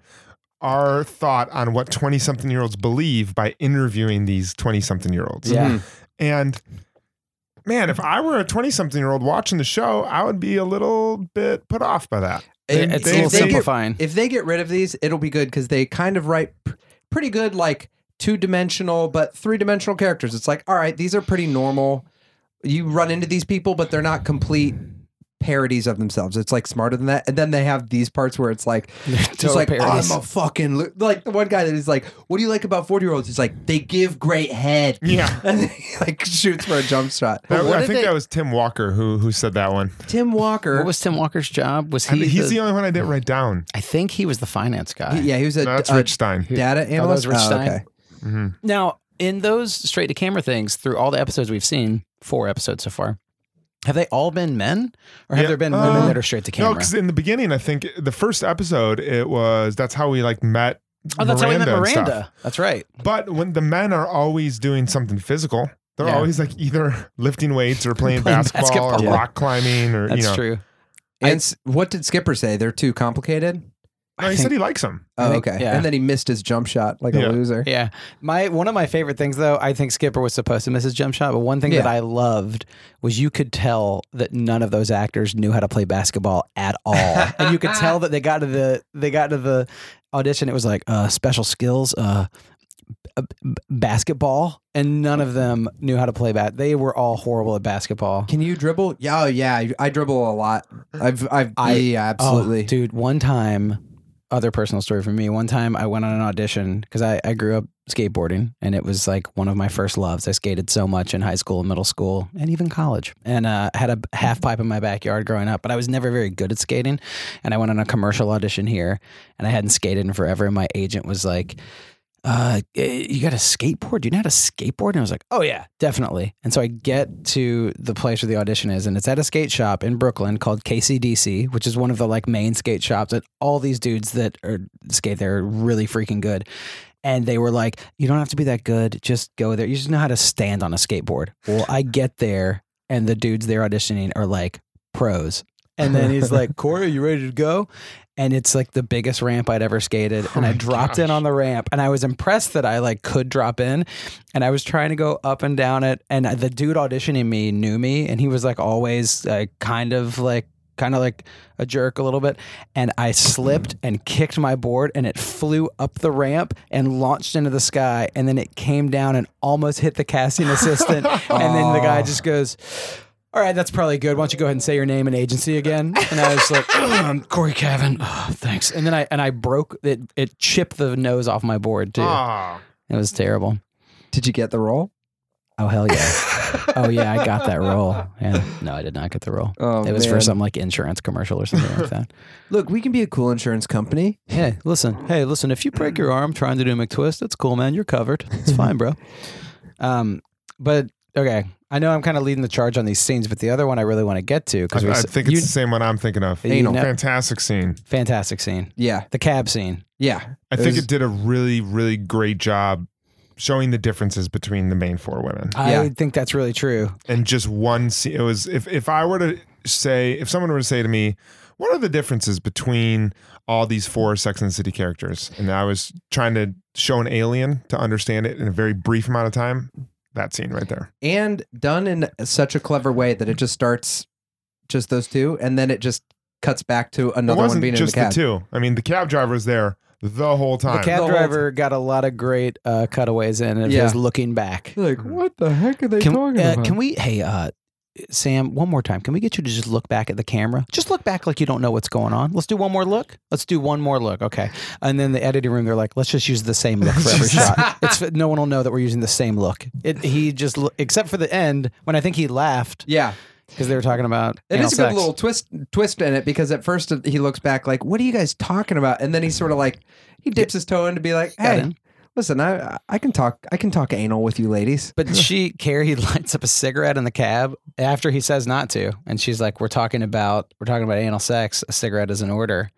our thought on what twenty something year olds believe by interviewing these twenty something year olds.
yeah.
And man, if I were a twenty something year old watching the show, I would be a little bit put off by that.
If-
it's
they-
a little
they
get-
simplifying.
if they get rid of these, it'll be good because they kind of write p- pretty good, like two dimensional, but three dimensional characters. It's like, all right, these are pretty normal. You run into these people, but they're not complete parodies of themselves. It's like smarter than that. And then they have these parts where it's like, just
total
like,
parodies.
I'm a fucking, lo-" like the one guy that is like, what do you like about 40 year olds? He's like, they give great head.
Yeah.
And then he like shoots for a jump shot.
That-
what
I
did
think
they-
that was Tim Walker who who said that one.
Tim Walker.
What was Tim Walker's job? Was he?
I mean, he's
the,
the only one I didn't write down.
I think he was the finance guy.
he- yeah, he was
Uh,
a,
No, that's
a
Rich Stein.
data
Oh, that was
analyst.
Rich
Oh,
Stein.
okay.
Mm-hmm.
Now, in those straight to camera things, through all the episodes we've seen, four episodes so far, have they all been men, or have
Yeah.
there been
Uh,
women that are straight to
No,
camera?
because in the beginning, I think the first episode it was that's how we like met.
oh, that's
Miranda
how we
and
met
stuff.
Miranda. That's right.
But when the men are always doing something physical, they're
Yeah.
always like either lifting weights or playing,
Playing
basketball,
basketball.
or
Yeah.
rock climbing or
That's
you know.
true.
And s- what did Skipper say? They're too complicated?
No, he said he likes them.
Oh,
think-
okay.
yeah.
And then he missed his jump shot like
Yeah.
a loser.
Yeah. My one of my favorite things though, I think Skipper was supposed to miss his jump shot, but one thing that
Yeah.
I loved was you could tell that none of those actors knew how to play basketball at all. and you could tell that they got to the they got to the audition it was like uh special skills uh b- b- basketball and none of them knew how to play bat. They were all horrible at basketball.
Can you dribble? Yeah, oh, yeah. I- I dribble a lot. I've, I've,
I-
yeah, absolutely.
Oh, dude, one time, other personal story for me. One time I went on an audition because I, I grew up skateboarding and it was like one of my first loves. I skated so much in high school and middle school and even college and uh, had a half pipe in my backyard growing up, but I was never very good at skating. And I went on a commercial audition here and I hadn't skated in forever. And my agent was like, uh, eh, you got a skateboard? Do you know how to skateboard? And I was like, oh yeah, definitely. And so I get to the place where the audition is, and it's at a skate shop in Brooklyn called KCDC, which is one of the like main skate shops. And all these dudes that are skate there are really freaking good. And they were like, you don't have to be that good. Just go there. You just know how to stand on a skateboard. Well, I get there, and the dudes they're auditioning are like pros. And then he's like, Corey, you ready to go? And it's like the biggest ramp I'd ever skated. and I dropped in on the ramp and I was impressed that I like could drop in. And I was trying to go up and down it. And the dude auditioning me knew me and he was like always like kind of like kind of like a jerk a little bit. And I slipped and kicked my board and it flew up the ramp and launched into the sky. And then it came down and almost hit the casting assistant. and then the guy just goes, all right, that's probably good. Why don't you go ahead and say your name and agency again? And I was like, um, Corey Cavan. Oh, thanks. And then I and I broke it. It chipped the nose off my board too.
Ah,
It was terrible.
Did you get the role?
Oh hell yeah. oh yeah, I got that role. Yeah. No, I did not get the role.
Oh,
it was for
man.
some like insurance commercial or something like that.
Look, we can be a cool insurance company.
Hey, listen. Hey, listen. If you break your arm trying to do a McTwist, that's cool, man. You're covered. It's fine, bro. Um, but okay. I know I'm kind of leading the charge on these scenes, but the other one I really want to get to
I,
because we
I
s-
think
you-
it's the same one I'm thinking of.
you know-
Fantastic scene.
fantastic scene.
Yeah.
The cab scene.
Yeah.
I think
was-
it did a really, really great job showing the differences between the main four women.
I
Yeah.
think that's really true.
and just one scene. It was if if I were to say if someone were to say to me, what are the differences between all these four Sex and the City characters? And I was trying to show an alien to understand it in a very brief amount of time. That scene right there.
And done in such a clever way that it just starts just those two and then it just cuts back to
It
another one
wasn't
being
just
in the
the,
cab.
two. I mean, the cab driver was there the whole time.
The cab
The whole
driver got a lot of great uh, cutaways in and
Yeah.
was looking back.
You're Like, what the heck are they
Can,
talking
uh,
about?
can we, hey, uh, Sam, one more time. Can we get you to just look back at the camera? Just look back like you don't know what's going on. Let's do one more look. Let's do one more look. Okay. And then the editing room, they're like, let's just use the same look for every shot. It's, no one will know that we're using the same look. It, he just, lo- except for the end, when I think he laughed
yeah.
because they were talking about.
It
anal
is a good
sex.
little twist twist in it because at first he looks back like, "What are you guys talking about?" And then he sort of like he dips his toe in to be like,
Got
"Hey,
in.
listen, I I can talk I can talk anal with you ladies."
But she, Carrie, lights up a cigarette in the cab after he says not to, and she's like, "We're talking about we're talking about anal sex. A cigarette is an order."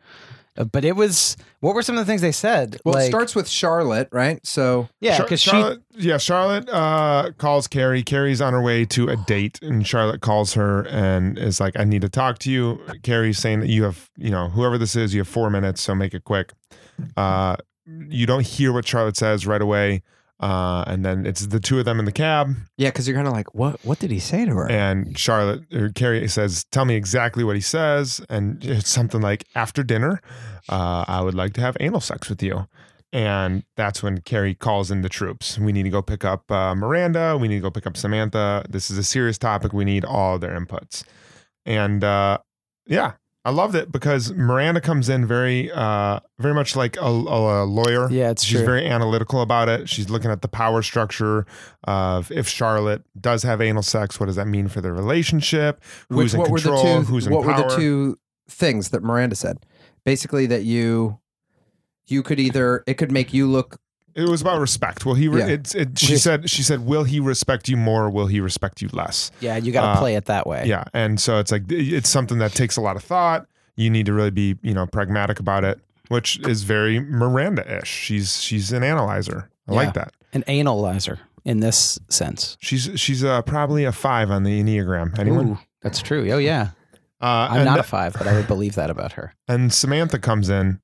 Uh, But it was what were some of the things they said?
Well,
Like-
it starts with Charlotte, right? So
yeah,
Char-
because she
Charlotte, yeah, Charlotte uh, calls Carrie. Carrie's on her way to a date, and Charlotte calls her and is like, "I need to talk to you." Carrie's saying that you have, you know, whoever this is, you have four minutes, so make it quick. Uh, you don't hear what Charlotte says right away, uh, and then it's the two of them in the cab,
yeah, because you're kind of like, "What what did he say to her?"
and Charlotte or Carrie says, "Tell me exactly what he says," and it's something like, "After dinner, uh, I would like to have anal sex with you." And that's when Carrie calls in the troops. We need to go pick up uh, Miranda. We need to go pick up Samantha. This is a serious topic. We need all their inputs. And uh, Yeah, I loved it because Miranda comes in very, uh, very much like a, a a lawyer.
Yeah, it's
She's
true.
very analytical about it. She's looking at the power structure of if Charlotte does have anal sex, what does that mean for their relationship? Who's in
what
control?
Were the two,
who's in
what
power?
were the two things that Miranda said? Basically, that you you could either it could make you look
It was about respect. Will he? Re-
Yeah.
it's it, she
Just-
said. She said, "Will he respect you more? Or will he respect you less?"
yeah, you got to
Uh,
play it that way.
Yeah, and so it's like it's something that takes a lot of thought. You need to really be, you know, pragmatic about it, which is very Miranda-ish. She's she's an analyzer. I
Yeah.
like that.
An analyzer in this sense.
She's she's uh, probably a five on the enneagram. Anyone?
Ooh, that's true. Oh yeah,
Uh,
I'm
and,
not a five, but I would believe that about her.
and Samantha comes in,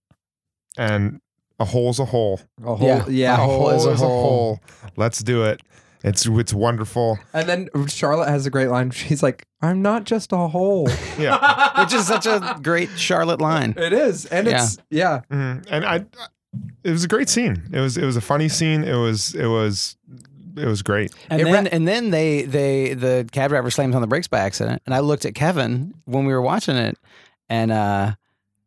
and a hole's a hole.
a whole yeah.
a hole
is a
hole. Let's do it. It's it's wonderful.
And then Charlotte has a great line. She's like, "I'm not just a hole."
Yeah.
Which is such a great Charlotte line.
it is, and it's yeah.
Mhm. And I, it was a great scene. It was it was a funny scene. It was it was it was great.
And
It
then,
ra-
and then they, they, the cab driver slams on the brakes by accident. And I looked at Kevin when we were watching it, and uh,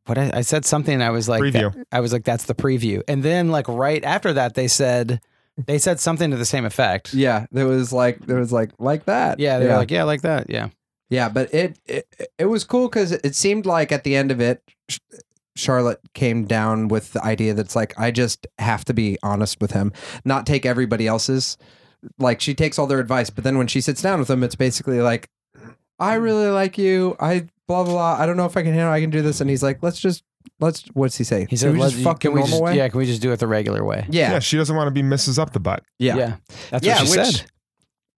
what I, I said something. I was like,
Preview.
that- I was like, that's the preview. And then, like right after that, they said, they said something to the same effect.
Yeah, there was like there was like like that.
Yeah, they
yeah.
were like, yeah, like that. Yeah,
yeah, but it it, it was cool because it seemed like at the end of it, Sh- Charlotte came down with the idea that's like I just have to be honest with him, not take everybody else's. Like she takes all their advice, but then when she sits down with him, it's basically like,
Mm.
I really like you. I blah blah. blah. I don't know if I can handle. I can do this, and he's like, let's just let's. What's he say?
he said,
"Can we just
"Let's-
fuck the
can we
normal
just,
way.
yeah, can we just do it the regular way?
Yeah.
yeah,
she doesn't want to be Mrs. Up the Butt.
yeah,
that's
Yeah,
what she
which-
said.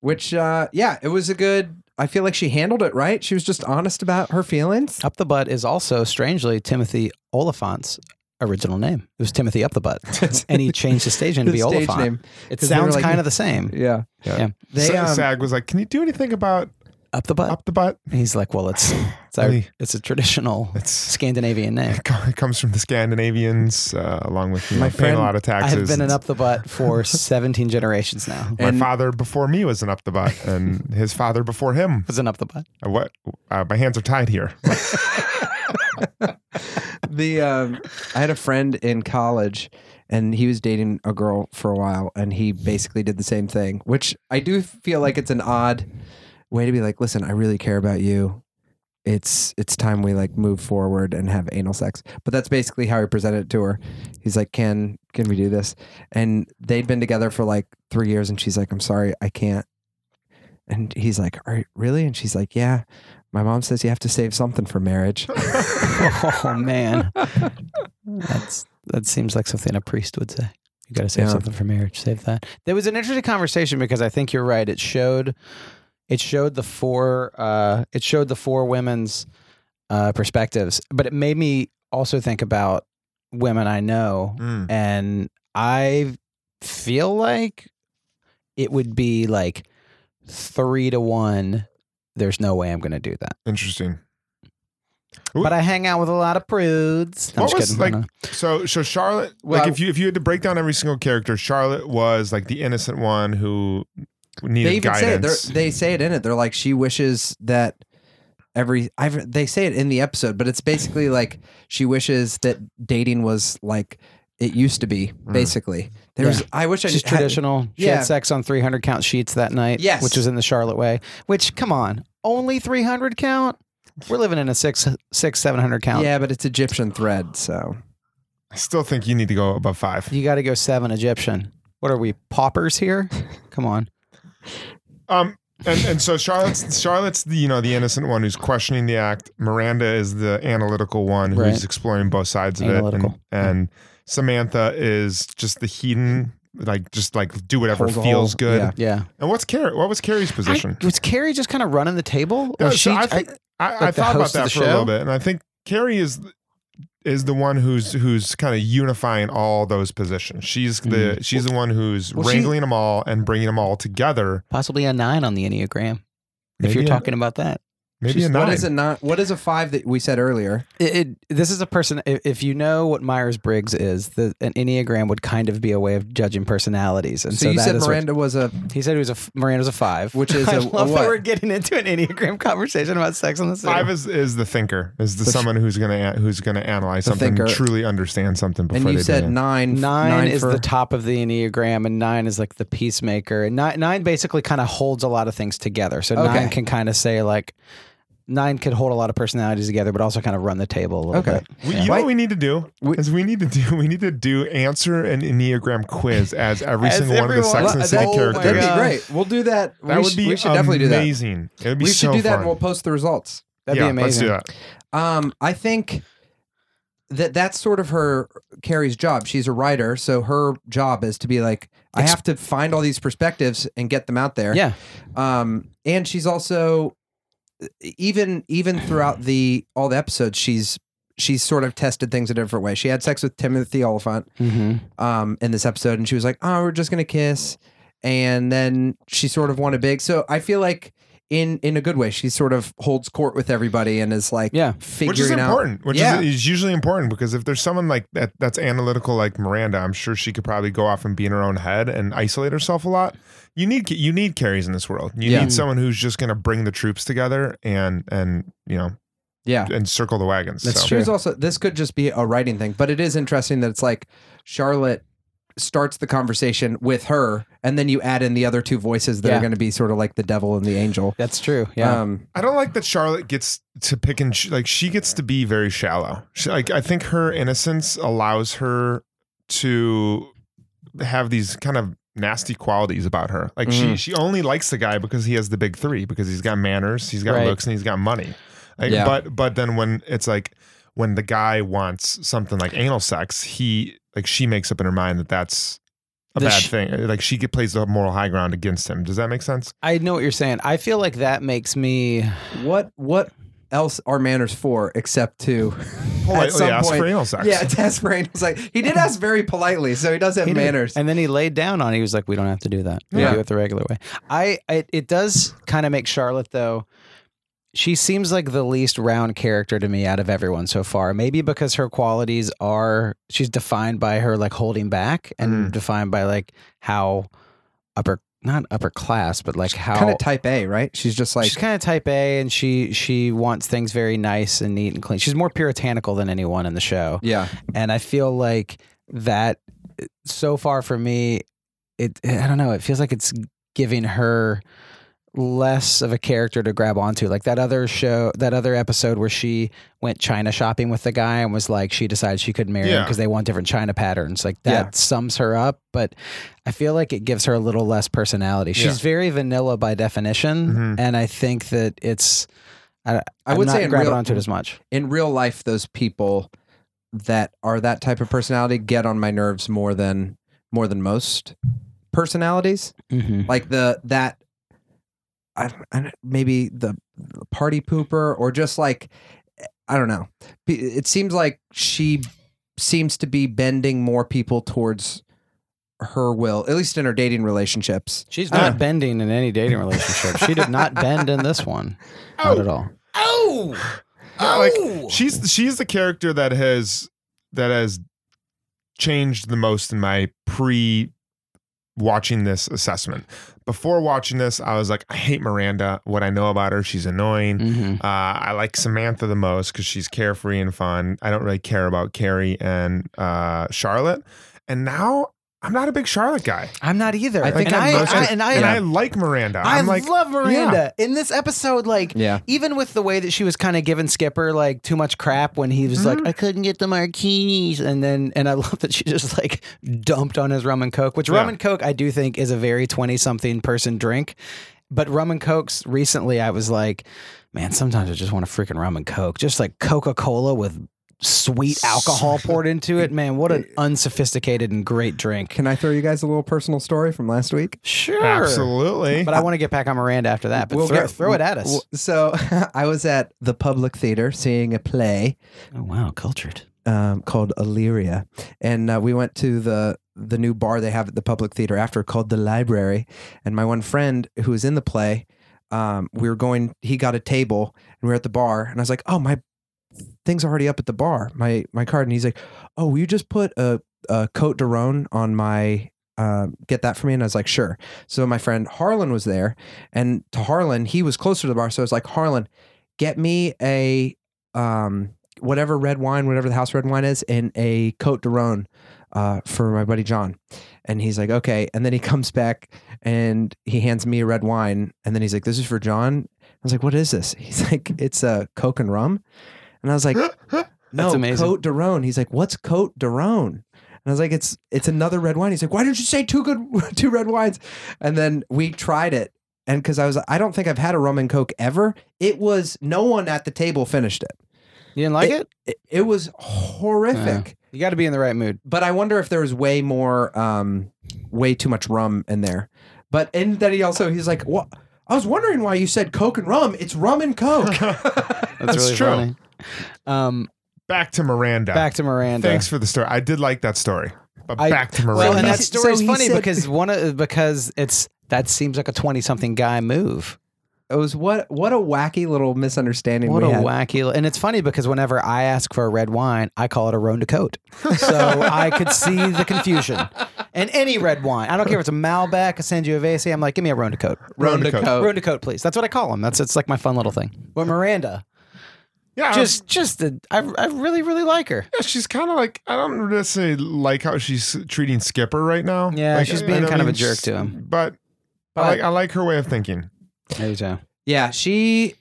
Which, uh, yeah, it was a good. I feel like she handled it right. She was just honest about her feelings.
Up the butt is also strangely Timothy Oliphant's original name. It was Timothy Up the Butt, and he changed his stage name to be
His stage
Oliphant.
name.
It
'Cause they were
sounds
like-
kind of the same.
Yeah,
Yeah.
They,
Sa-
um,
Sag was like, "Can you do anything about
Up the butt.
Up the Butt?"
And he's like, well, it's it's, our,
Really?
it's a traditional
It's
Scandinavian name.
it co- it comes from the Scandinavians, uh, along with you know,
My
paying
friend-
a lot of
I have
taxes.
been an
It's-
up the butt for 17 generations now.
My
And-
father before me was an Up the Butt, and his father before him.
Was an up the butt.
Uh, What? Uh, my hands are tied here.
the um, I had a friend in college, and he was dating a girl for a while, and he basically did the same thing. Which I do feel like it's an odd way to be like, listen, I really care about you. It's it's time we like move forward and have anal sex. But that's basically how he presented it to her. He's like, can can we do this? And they'd been together for like three years, and she's like, I'm sorry, I can't. And he's like, Are you really? And she's like, Yeah. My mom says you have to save something for marriage.
Oh, man. That's That seems like something a priest would say. You got to save
Yeah.
something for marriage. Save that. There was an interesting conversation because I think you're right. It showed, it showed the four, uh, it showed the four women's uh, perspectives, but it made me also think about women I know
Mm.
and I feel like it would be like three to one. There's no way I'm going to do that.
Interesting.
But I hang out with a lot of prudes. I'm
What
just
was,
kidding.
like-
No, no.
So, so Charlotte, like if you if you had to break down every single character, Charlotte was like the innocent one who needed
they even say it.
guidance.
They're- They say it in it. They're like, she wishes that every. I've, they say it in the episode, but it's basically like she wishes that dating was like it used to be. Basically, there's. I wish I
She's
had-
traditional. She
yeah.
had sex on 300 count sheets that night,
Yes.
which was in the Charlotte way. Which, come on, only 300 count? We're living in a six, six, 700 count.
Yeah, but it's Egyptian thread, so
I still think you need to go above five.
You got to go seven Egyptian. What are we, paupers here? Come on.
Um, and and so Charlotte's Charlotte's the you know the innocent one who's questioning the act. Miranda is the analytical one who's
Right.
exploring both sides of
Analytical.
it, and, and Samantha is just the hedon, like just like do whatever
Hold the
feels
whole-
good.
yeah.
Yeah.
And what's Carrie? What was Carrie's position?
I, was Carrie just kind of running the table?
Yeah,
Or
so
she,
I think I, I
like the
thought about
host of
that for
the
a
show?
little bit, and I think Carrie is is the one who's who's kind of unifying all those positions. She's the she's the one who's
Mm. Well, she-
wrangling them all and bringing them all together.
Possibly a nine on the Enneagram, if
Maybe
you're
a-
talking about that.
Maybe a
She's-
nine.
What is a nine? What is a five that we said earlier?
It, it, this is a person. If, if you know what Myers Briggs is, the, an enneagram would kind of be a way of judging personalities. And
So,
so,
you
that
said
is what-
Miranda was a.
he said he was a f- Miranda's a five,
Which is
I
a- a
love
what?
that we're getting into an enneagram conversation about sex on the city.
Five is, is the thinker, is the
But-
someone who's gonna a- who's gonna analyze
The
something,
thinker.
truly understand something before
And you
they
said
do it.
nine.
Nine, is
for-
the top of the enneagram, and nine is like the peacemaker. And nine, nine basically kind of holds a lot of things together. So
Okay.
nine can kind of say like nine could hold a lot of personalities together, but also kind of run the table a little
Okay.
bit.
We, you know
Why-
what we need to do
We-
is we need to do we need to do answer an enneagram quiz as every
As
single one of the
everyone-
Sex and
Well,
the
that-
City
oh my
characters.
That'd be
God.
great. We'll do that.
That
we
would
sh-
be
we should definitely do that.
amazing. It would be
We
so
should do that,
fun.
and we'll post the results.
That'd
yeah,
be amazing.
Let's do that.
Um, I think that that's sort of her Carrie's job. She's a writer, so her job is to be like, I
Ex-
have to find all these perspectives and get them out there.
Yeah.
Um, and she's also e, even even throughout the all the episodes, she's she's sort of tested things a different way. She had sex with Timothy Oliphant
Mm-hmm.
um, in this episode, and she was like, "Oh, we're just gonna kiss," and then she sort of won a big. So I feel like in in a good way, she sort of holds court with everybody and is like,
Yeah.
figuring
Which is
out.
important. Which
Yeah.
is, is usually important because if there's someone like that that's analytical like Miranda, I'm sure she could probably go off and be in her own head and isolate herself a lot. You need you need carries in this world. You
Yeah.
need someone who's just going to bring the troops together and and you know
Yeah.
and circle the wagons.
That's
so.
true.
She was also this could just be a writing thing, but it is interesting that it's like Charlotte starts the conversation with her, and then you add in the other two voices that are
Yeah.
going to be sort of like the devil and the angel.
That's true. Yeah.
Um,
I don't like that Charlotte gets to pick and ch- like she gets to be very shallow. She, like I think her innocence allows her to have these kind of nasty qualities about her. Like
Mm.
she she only likes the guy because he has the big 3 because he's got manners, he's got
Right.
looks and he's got money. Like,
Yeah.
but but then when it's like when the guy wants something like anal sex, he like she makes up in her mind that that's a
The
bad
sh-
thing. Like she plays the moral high ground against him. Does that make sense?
I know what you're saying. I feel like that makes me
what what else are manners for except to at
Politely
some
ask
point?
for anal sex.
Yeah, to ask for anal sex. He did ask very politely, so he does have
He did.
manners.
And then he laid down on. it. He was like, "We don't have to do that. We
Yeah.
do it the regular way." I it, it does kind of make Charlotte though. She seems like the least round character to me out of everyone so far. Maybe because her qualities are she's defined by her like holding back
Mm.
and defined by like how upper not upper class but like how
kind of type A, right? She's just like
she's kind of type A and she she wants things very nice and neat and clean. She's more puritanical than anyone in the show
yeah.
and I feel like that eh, so far for me, it eh, I don't know. It feels like it's giving her less of a character to grab onto. Like that other show, that other episode where she went China shopping with the guy and was like, she decided she could marry him
Yeah.
because they want different China patterns. Like that
Yeah.
sums her up, but I feel like it gives her a little less personality. She's
Yeah.
very vanilla by definition,
Mhm.
and I think that it's. I,
Mm-hmm. I
I'm
would
not
say in
grabbing
real-
onto it as much.
in real life, those people that are that type of personality get on my nerves more than more than most personalities.
Mm-hmm.
Like the that I, I don't- maybe the party pooper or just like eh, I don't know. P- It seems like she seems to be bending more people towards her will, at least in her dating relationships.
She's
I
not
don't-
bending in any dating relationship. she did not bend in this one.
Oh.
Not at all.
Yeah,
Oh!
like she's she's the character that has that has changed the most in my pre watching this assessment. Before watching this, I was like, I hate Miranda. What I know about her, she's annoying.
Mm-hmm.
Uh, I like Samantha the most because she's carefree and fun. I don't really care about Carrie and uh, Charlotte. And now I'm not a big Charlotte guy.
I'm not either.
I think
and,
I'm
I,
most-
I- and I,
and I like Miranda.
I
I'm like,
love Miranda in this episode. Like,
Yeah.
even with the way that she was kind of giving Skipper like too much crap when he was
Mm-hmm.
like, "I couldn't get the martinis," and then and I love that she just like dumped on his rum and coke, which rum
Yeah.
and coke I do think is a very twenty-something person drink. But rum and cokes recently, I was like, man, sometimes I just want a freaking rum and coke, just like Coca Cola with sweet alcohol poured into it. Man, what an unsophisticated and great drink.
Can I throw you guys a little personal story from last week?
Sure,
absolutely.
But I want to get back on Miranda after that. But throw,
get-
throw it at us.
w- So I was at the public theater seeing a play
Oh wow, cultured.
um, called Illyria, and uh, we went to the the new bar they have at the public theater after called the Library, and my one friend who was in the play. um, we were going. He got a table, and we were at the bar, and I was like, "Oh, my thing's already up at the bar. My my card." And he's like, "Oh, will you just put a a Cote d'Aron on my." Um, get that for me, and I was like, sure. So my friend Harlan was there, and to Harlan, he was closer to the bar, so I was like, Harlan, get me a um, whatever red wine, whatever the house red wine is, and a Cote d'Aron uh, for my buddy John. And he's like, okay. And then he comes back and he hands me a red wine. And then he's like, this is for John. I was like, what is this? He's like, it's a Coke and rum. And I was like, no,
amazing.
Cote d'Aron. He's like, what's Cote d'Aron? And I was like, it's it's another red wine. He's like, why didn't you say two good two red wines? And then we tried it. And because I was, I don't think I've had a rum and coke ever. It was no one at the table finished it.
You didn't like it?
It, it was horrific.
You got to be in the right mood.
But I wonder if there was way more, um, way too much rum in there. But and then he also he's like, "What? I was wondering why you said Coke and rum. It's rum and Coke."
That's, really
true.
funny. Um,
Back to Miranda.
back to Miranda.
Thanks for the story. I did like that story, but
uh, I-
back to Miranda.
Well, and that
he-
story's
so he
funny
said-
because one of, because it's that seems like a twenty-something guy move.
it was what what a wacky little misunderstanding.
What
we
a
had.
wacky! li- And it's funny because whenever I ask for a red wine, I call it a Rhone de Cote. So I could see the confusion. And any red wine, I don't care if it's a Malbec, a Sangiovese. I'm like, give me a Rhone de Cote.
Rhone de Cote.
Rhone de Cote, please. That's what I call them. That's it's like my fun little thing. But Miranda,
yeah,
just just the, I I really really like her.
yeah, she's kind of like I don't necessarily like how she's treating Skipper right now.
Yeah,
Like,
she's
I-
being
I
kind of
mean,
a jerk to
she's-
him.
But, I like I like her way of thinking.
There you go.
Yeah, she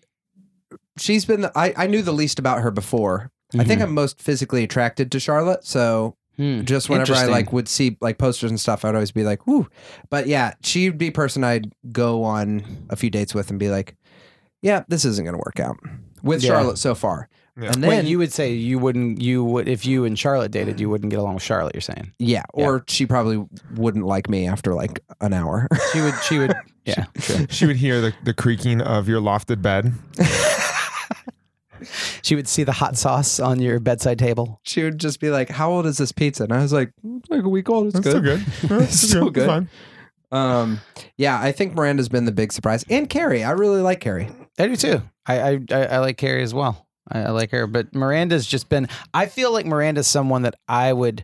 she's been. I I knew the least about her before. I
Mm-hmm.
think I'm most physically attracted to Charlotte. So
Hmm.
just whenever I
Interesting.
like would see like posters and stuff, I'd always be like, "Whoo!" But yeah, she'd be a person I'd go on a few dates with and be like, "Yeah, this isn't going to work out with
Yeah.
Charlotte so far."
Yeah.
And
Wait,
then
you would say you wouldn't you would if you and Charlotte dated, you wouldn't get along with Charlotte. You're saying
yeah, or she probably wouldn't like me after like an hour.
she would she would yeah sure.
She would hear the, the creaking of your lofted bed.
she would see the hot sauce on your bedside table.
she would just be like, "How old is this pizza?" And I was like, "It's "Like a week old. It's
That's
good."
still good. Yeah, It's
Still good.
fine.
Um, yeah, I think Miranda's been the big surprise, and Carrie. I really like Carrie.
I do too. I I, I, I like Carrie as well. I, I like her, but Miranda's just been. I feel like Miranda's someone that I would,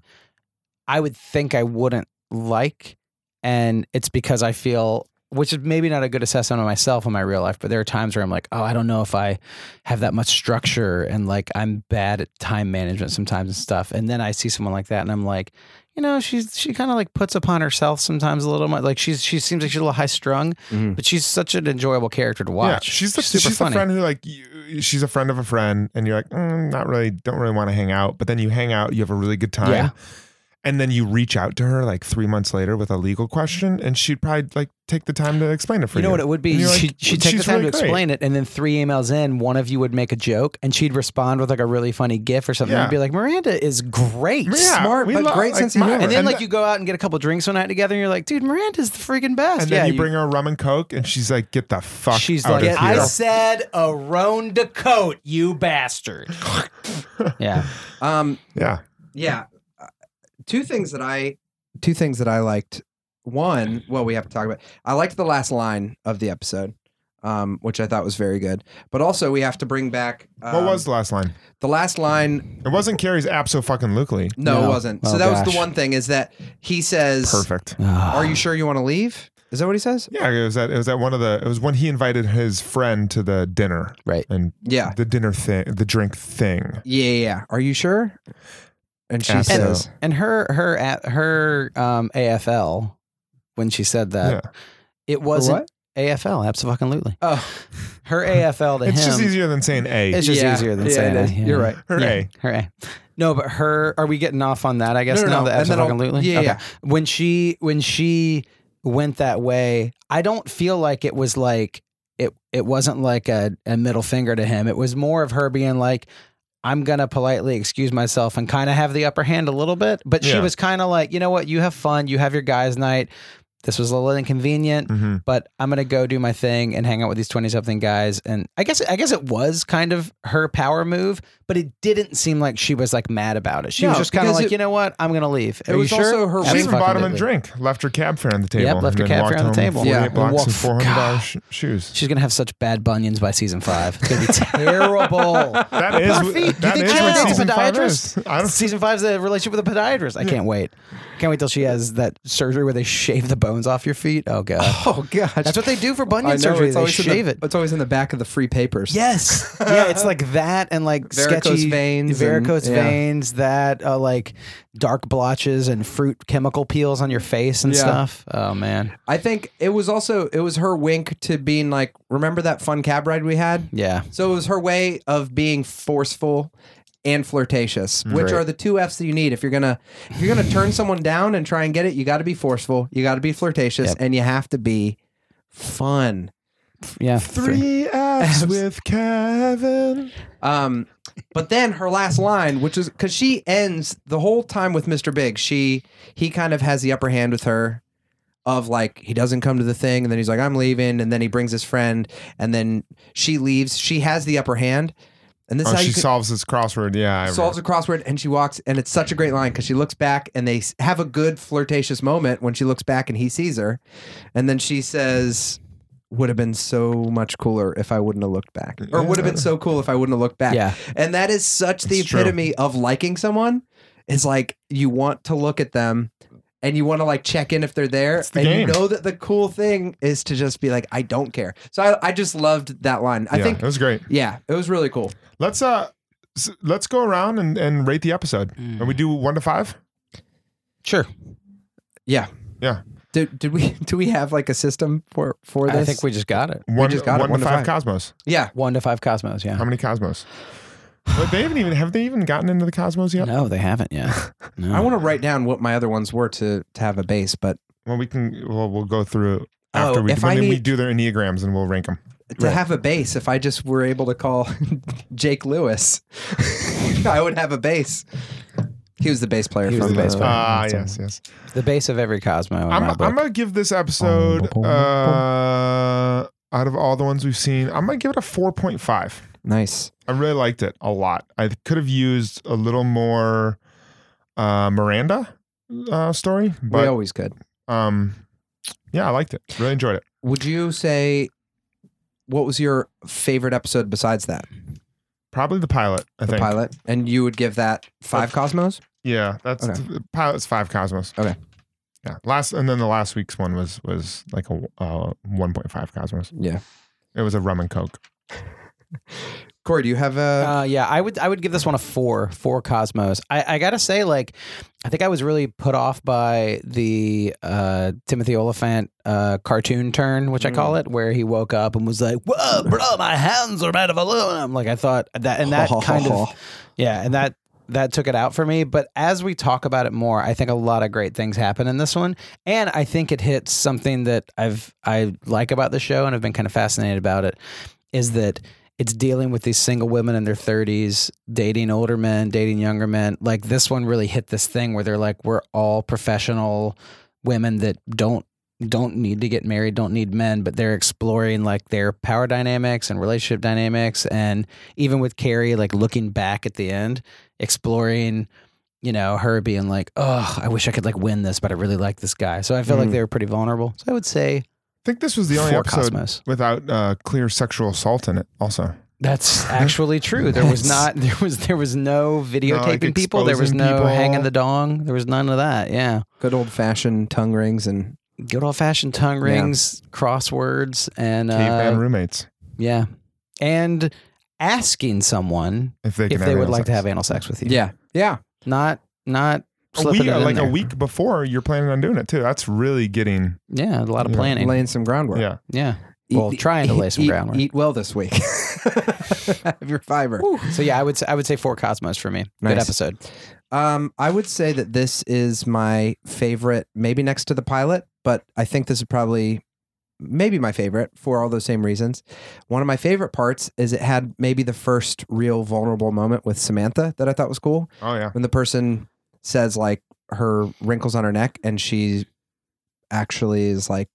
I would think I wouldn't like, and it's because I feel, which is maybe not a good assessment of myself in my real life, but there are times where I'm like, oh, I don't know if I have that much structure, and like I'm bad at time management sometimes and stuff, and then I see someone like that, and I'm like. You know, she's she kind of like puts upon herself sometimes a little much. Like she's she seems like she's a little high strung, but she's such an enjoyable character to
Mm-hmm. Yeah,
watch.
she's the,
super
she's the
funny.
friend who like you, she's a friend of a friend, and you're like, mm, not really, don't really want to hang out. But then you hang out, you have a really good time,
Yeah.
and then you reach out to her like three months later with a legal question, and she'd probably like take the time to explain it for
You
you.
know what it would be?
And you're like,
she, she'd take the
"She's
time
really
to
great."
explain it, and then three emails in, one of you would make a joke, and she'd respond with like a really funny gif or something.
Yeah.
And be like, Miranda is great.
Yeah,
smart,
we
but
love-
great
like,
sense of
my-
humor.
And then,
and
like,
the-
you go out and get a couple drinks one night together, and you're like, dude, Miranda's the freaking best.
and then
yeah,
you bring her rum and coke, and she's like, "Get the fuck
She's
out Oh,
like,
of here!"
I said a Roan Cote, you bastard. yeah.
Um,
yeah,
yeah, Uh, two things that I two things that I liked. One, well, we have to talk about. I liked the last line of the episode, um, which I thought was very good. But also, we have to bring back. Um,
what was the last line?
the last line?
It wasn't Carrie's abso fucking lukely.
No,
No.
it wasn't.
Oh,
so that was
gosh.
the one thing is that he says,
Perfect.
"Are you sure you want to leave?" Is that what he says?
Yeah, it was at it was at one of the it was when he invited his friend to the dinner
Right.
and
Yeah,
the dinner thing, the drink thing.
yeah, yeah. yeah. Are you sure? And she
And-
says,
And her her a- her um, AFL when she said that it wasn't
what?
AFL absolutely.
"Oh,
Her AFL to
It's
him.
just easier than saying a.
It's just
Yeah.
easier than
Yeah,
saying
it is.
it. Yeah.
You're right.
Hooray.
Yeah. Hooray. No, but her are we getting off on that, I guess
No, no,
now
no.
the
And then I'll-
absolutely.
yeah, yeah.
When she when she went that way, I don't feel like it was like it it wasn't like a, a middle finger to him. It was more of her being like I'm gonna politely excuse myself and kind of have the upper hand a little bit, but she
Yeah.
was kind of like, you know what, you have fun, you have your guys' night, This was a little inconvenient,
Mm-hmm.
but I'm gonna go do my thing and hang out with these 20 something guys. And I guess I guess it was kind of her power move, but it didn't seem like she was like mad about it. She was
No,
just kind of
because
like,
it-
you know what, I'm gonna leave. Are
was
you sure?
also her
She
That's
even bought him a
Absolutely.
drink. Left her cab fare on the table.
left her
and then
cab fare
walked
on the
home
table.
with 48
Yeah.
blocks and
Wolf.
four hundred
God.
dollars sh- shoes.
She's gonna have such bad bunions by season five. It's gonna be terrible.
That is.
Buffy, do you
that
think
is
she
what
dates a
season five is.
podiatrist?
I don't.
Season five's the relationship with a podiatrist. I can't wait. Can't wait till she has that surgery where they shave the bones off your feet. Oh god,
Oh gosh,
that's what they do for
I know,
bunion surgery.
It's
They
always in
shave
the,
it.
It's always in the back of the free papers.
Yes, yeah, it's like that and like
Varicose
sketchy
veins
varicose
and- yeah.
veins, that uh, like dark blotches and fruit chemical peels on your face and
Yeah.
stuff. Oh man,
I think it was also it was her wink to being like, remember that fun cab ride we had?
yeah.
So it was her way of being forceful and flirtatious,
Mm.
which
Great.
are the two F's that you need if you're gonna if you're gonna turn someone down and try and get it. You got to be forceful, you got to be flirtatious,
Yep.
and you have to be fun.
Yeah,
Three F's with Kevin.
Um, but then her last line, which is because she ends the whole time with Mr. Big, she he kind of has the upper hand with her. Of like he doesn't come to the thing, and then he's like I'm leaving, and then he brings his friend, and then she leaves. She has the upper hand, and this
Oh,
is how
she
you could-
solves this crossword. Yeah. I
solves a crossword and she walks and it's such a great line because she looks back and they s- have a good flirtatious moment when she looks back and he sees her and then she says would have been so much cooler if I wouldn't have looked back or would have been so cool if I wouldn't have looked back
Yeah.
and that is such the
It's true.
epitome of liking someone is like you want to look at them and you want to like check in if they're there
the
and
game.
you know that the cool thing is to just be like I don't care so I, I just loved that line I
yeah,
think
that was great.
yeah it was really cool
Let's uh, s- let's go around and, and rate the episode. And we do one to five.
sure.
yeah
Yeah.
Did, did we do we have like a system for for this?
I think we just got it.
One,
just got it,
one to five, cosmos.
yeah.
One to five cosmos. Yeah.
How many cosmos? But they haven't even have they even gotten into the cosmos yet?
No, they haven't yet. No.
I want to write down what my other ones were to to have a base, but
Well, we can. Well, we'll go through
Oh,
after we
if
when
I
then we
need-
do their enneagrams and we'll rank them.
to have a base, if I just were able to call Jake Lewis, I would have a base. He was the bass player.
He was
from,
the bass
uh,
player.
Ah,
that's
yes, yes.
the base of every Cosmo. In
I'm,
my book.
I'm gonna give this episode uh, out of all the ones we've seen. I'm gonna give it a 4.5.
Nice.
I really liked it a lot. I could have used a little more uh, Miranda uh, story,
we
but
always could.
um, yeah, I liked it. Really enjoyed it.
Would you say what was your favorite episode besides that?
Probably the pilot. I
The
think
pilot, and you would give that five cosmos.
Yeah, that's
Okay.
the pilot's five cosmos.
Okay.
Yeah, last and then the last week's one was was like a uh, 1.5 cosmos.
Yeah.
It was a rum and coke.
Corey, do you have a?
Uh, yeah, I would I would give this one a four, four Cosmos. I, I gotta say, like, I think I was really put off by the uh, Timothy Oliphant uh, cartoon turn, which I call it, where he woke up and was like, "Whoa, bro, my hands are made of aluminum." Like I thought that, and that kind of, yeah, and that that took it out for me. But as we talk about it more, I think a lot of great things happen in this one, and I think it hits something that I've I like about the show, and I've been kind of fascinated about it, is that it's dealing with these single women in their 30s dating older men dating younger men like this one really hit this thing where they're like we're all professional women that don't don't need to get married don't need men but they're exploring like their power dynamics and relationship dynamics and even with carrie like looking back at the end exploring you know her being like oh i wish i could like win this but i really like this guy so i felt like
Mhm.
they were pretty vulnerable so i would say
I think this was the only
four
episode
cosmos
without uh, clear sexual assault in it. Also,
That's actually true. There was not there was there was no videotaping
like,
people. There was
exposing
no
people.
hanging the dong. There was none of that. Yeah.
Good old fashioned tongue rings and
Good old fashioned tongue
Yeah.
rings, crosswords, and
caveman
uh,
roommates,
yeah, and asking someone
if they can
if
have
they would
anal
like to
sex.
have anal sex with you.
yeah, yeah.
Not not
a week, uh,
slipping it in
like a
there.
week before you're planning on doing it too. That's really getting
Yeah, a lot of
Yeah.
planning.
Laying some groundwork.
yeah.
Yeah. Well, trying to lay some
eat,
groundwork.
Eat well this week. Have your fiber.
So yeah, I would say, I would say four cosmos for me. Good
Nice.
episode.
Um, I would say that this is my favorite, maybe next to the pilot, but I think this is probably maybe my favorite for all those same reasons. One of my favorite parts is it had maybe the first real vulnerable moment with Samantha that I thought was cool
Oh yeah.
when the person says like her wrinkles on her neck and she actually is like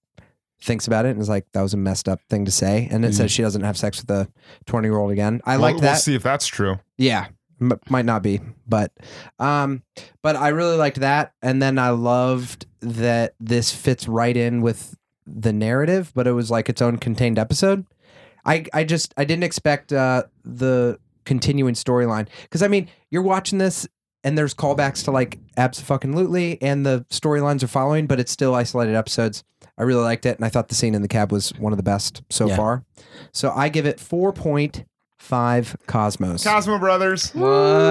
thinks about it and is like that was a messed up thing to say and it says she doesn't have sex with a 20 year old again i like
Mm-hmm. we'll,
that
We'll see if that's true.
yeah, m- might not be, but um, but I really liked that, and then I loved that this fits right in with the narrative, but it was like its own contained episode. I I just I didn't expect uh the continuing storyline because I mean you're watching this and there's callbacks to like absolutely and the storylines are following, but it's still isolated episodes. I really liked it, and I thought the scene in the cab was one of the best so
Yeah.
far. So I give it four point five cosmos.
Cosmo Brothers.
Uh,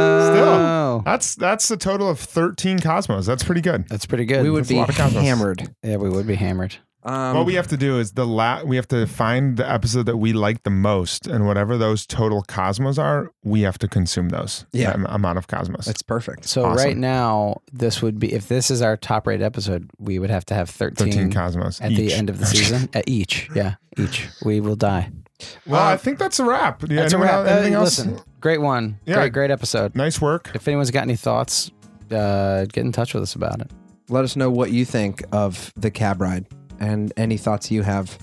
Whoa.
That's that's a total of thirteen Cosmos. That's pretty good.
That's pretty good.
we would
a
be
lot of cosmos.
hammered.
yeah, we would be hammered.
Um,
what we have to do is the la- we have to find the episode that we like the most, and whatever those total Cosmos are, we have to consume those.
Yeah.
that am- amount of Cosmos.
that's perfect.
So
Awesome.
right now, this would be if this is our top rate episode, we would have to have thirteen,
thirteen Cosmos
at the
each.
end of the season. at each, yeah, each. We will die.
Well,
Uh,
I think that's a wrap. Yeah,
That's a
anyone
wrap.
else- anything
Uh,
else?
Listen, great one.
Yeah.
Great, great episode.
Nice work.
If anyone's got any thoughts, uh, get in touch with us about it.
Let us know what you think of the cab ride and any thoughts you have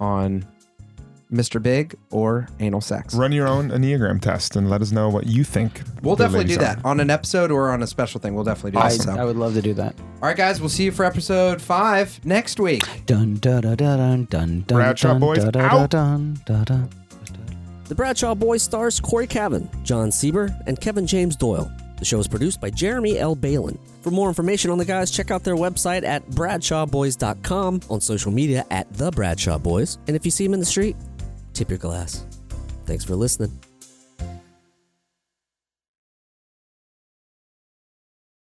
on Mr. Big or anal sex.
Run your own Enneagram test and let us know what you think.
We'll
the
definitely
ladies
do
are.
that on an episode or on a special thing. We'll definitely do
I-
that. So.
I, would love to do that.
All right, guys, we'll see you for episode five next week.
Dun dun dun dun dun dun.
Bradshaw
dun,
boys,
dun, dun,
out.
dun, dun, dun.
The Bradshaw Boys stars Corey Cavan, John Sieber, and Kevin James Doyle. The show is produced by Jeremy L. Balin. For more information on the guys, check out their website at bradshawboys.com, on social media at The Bradshaw Boys, and if you see them in the street, tip your glass. Thanks for listening.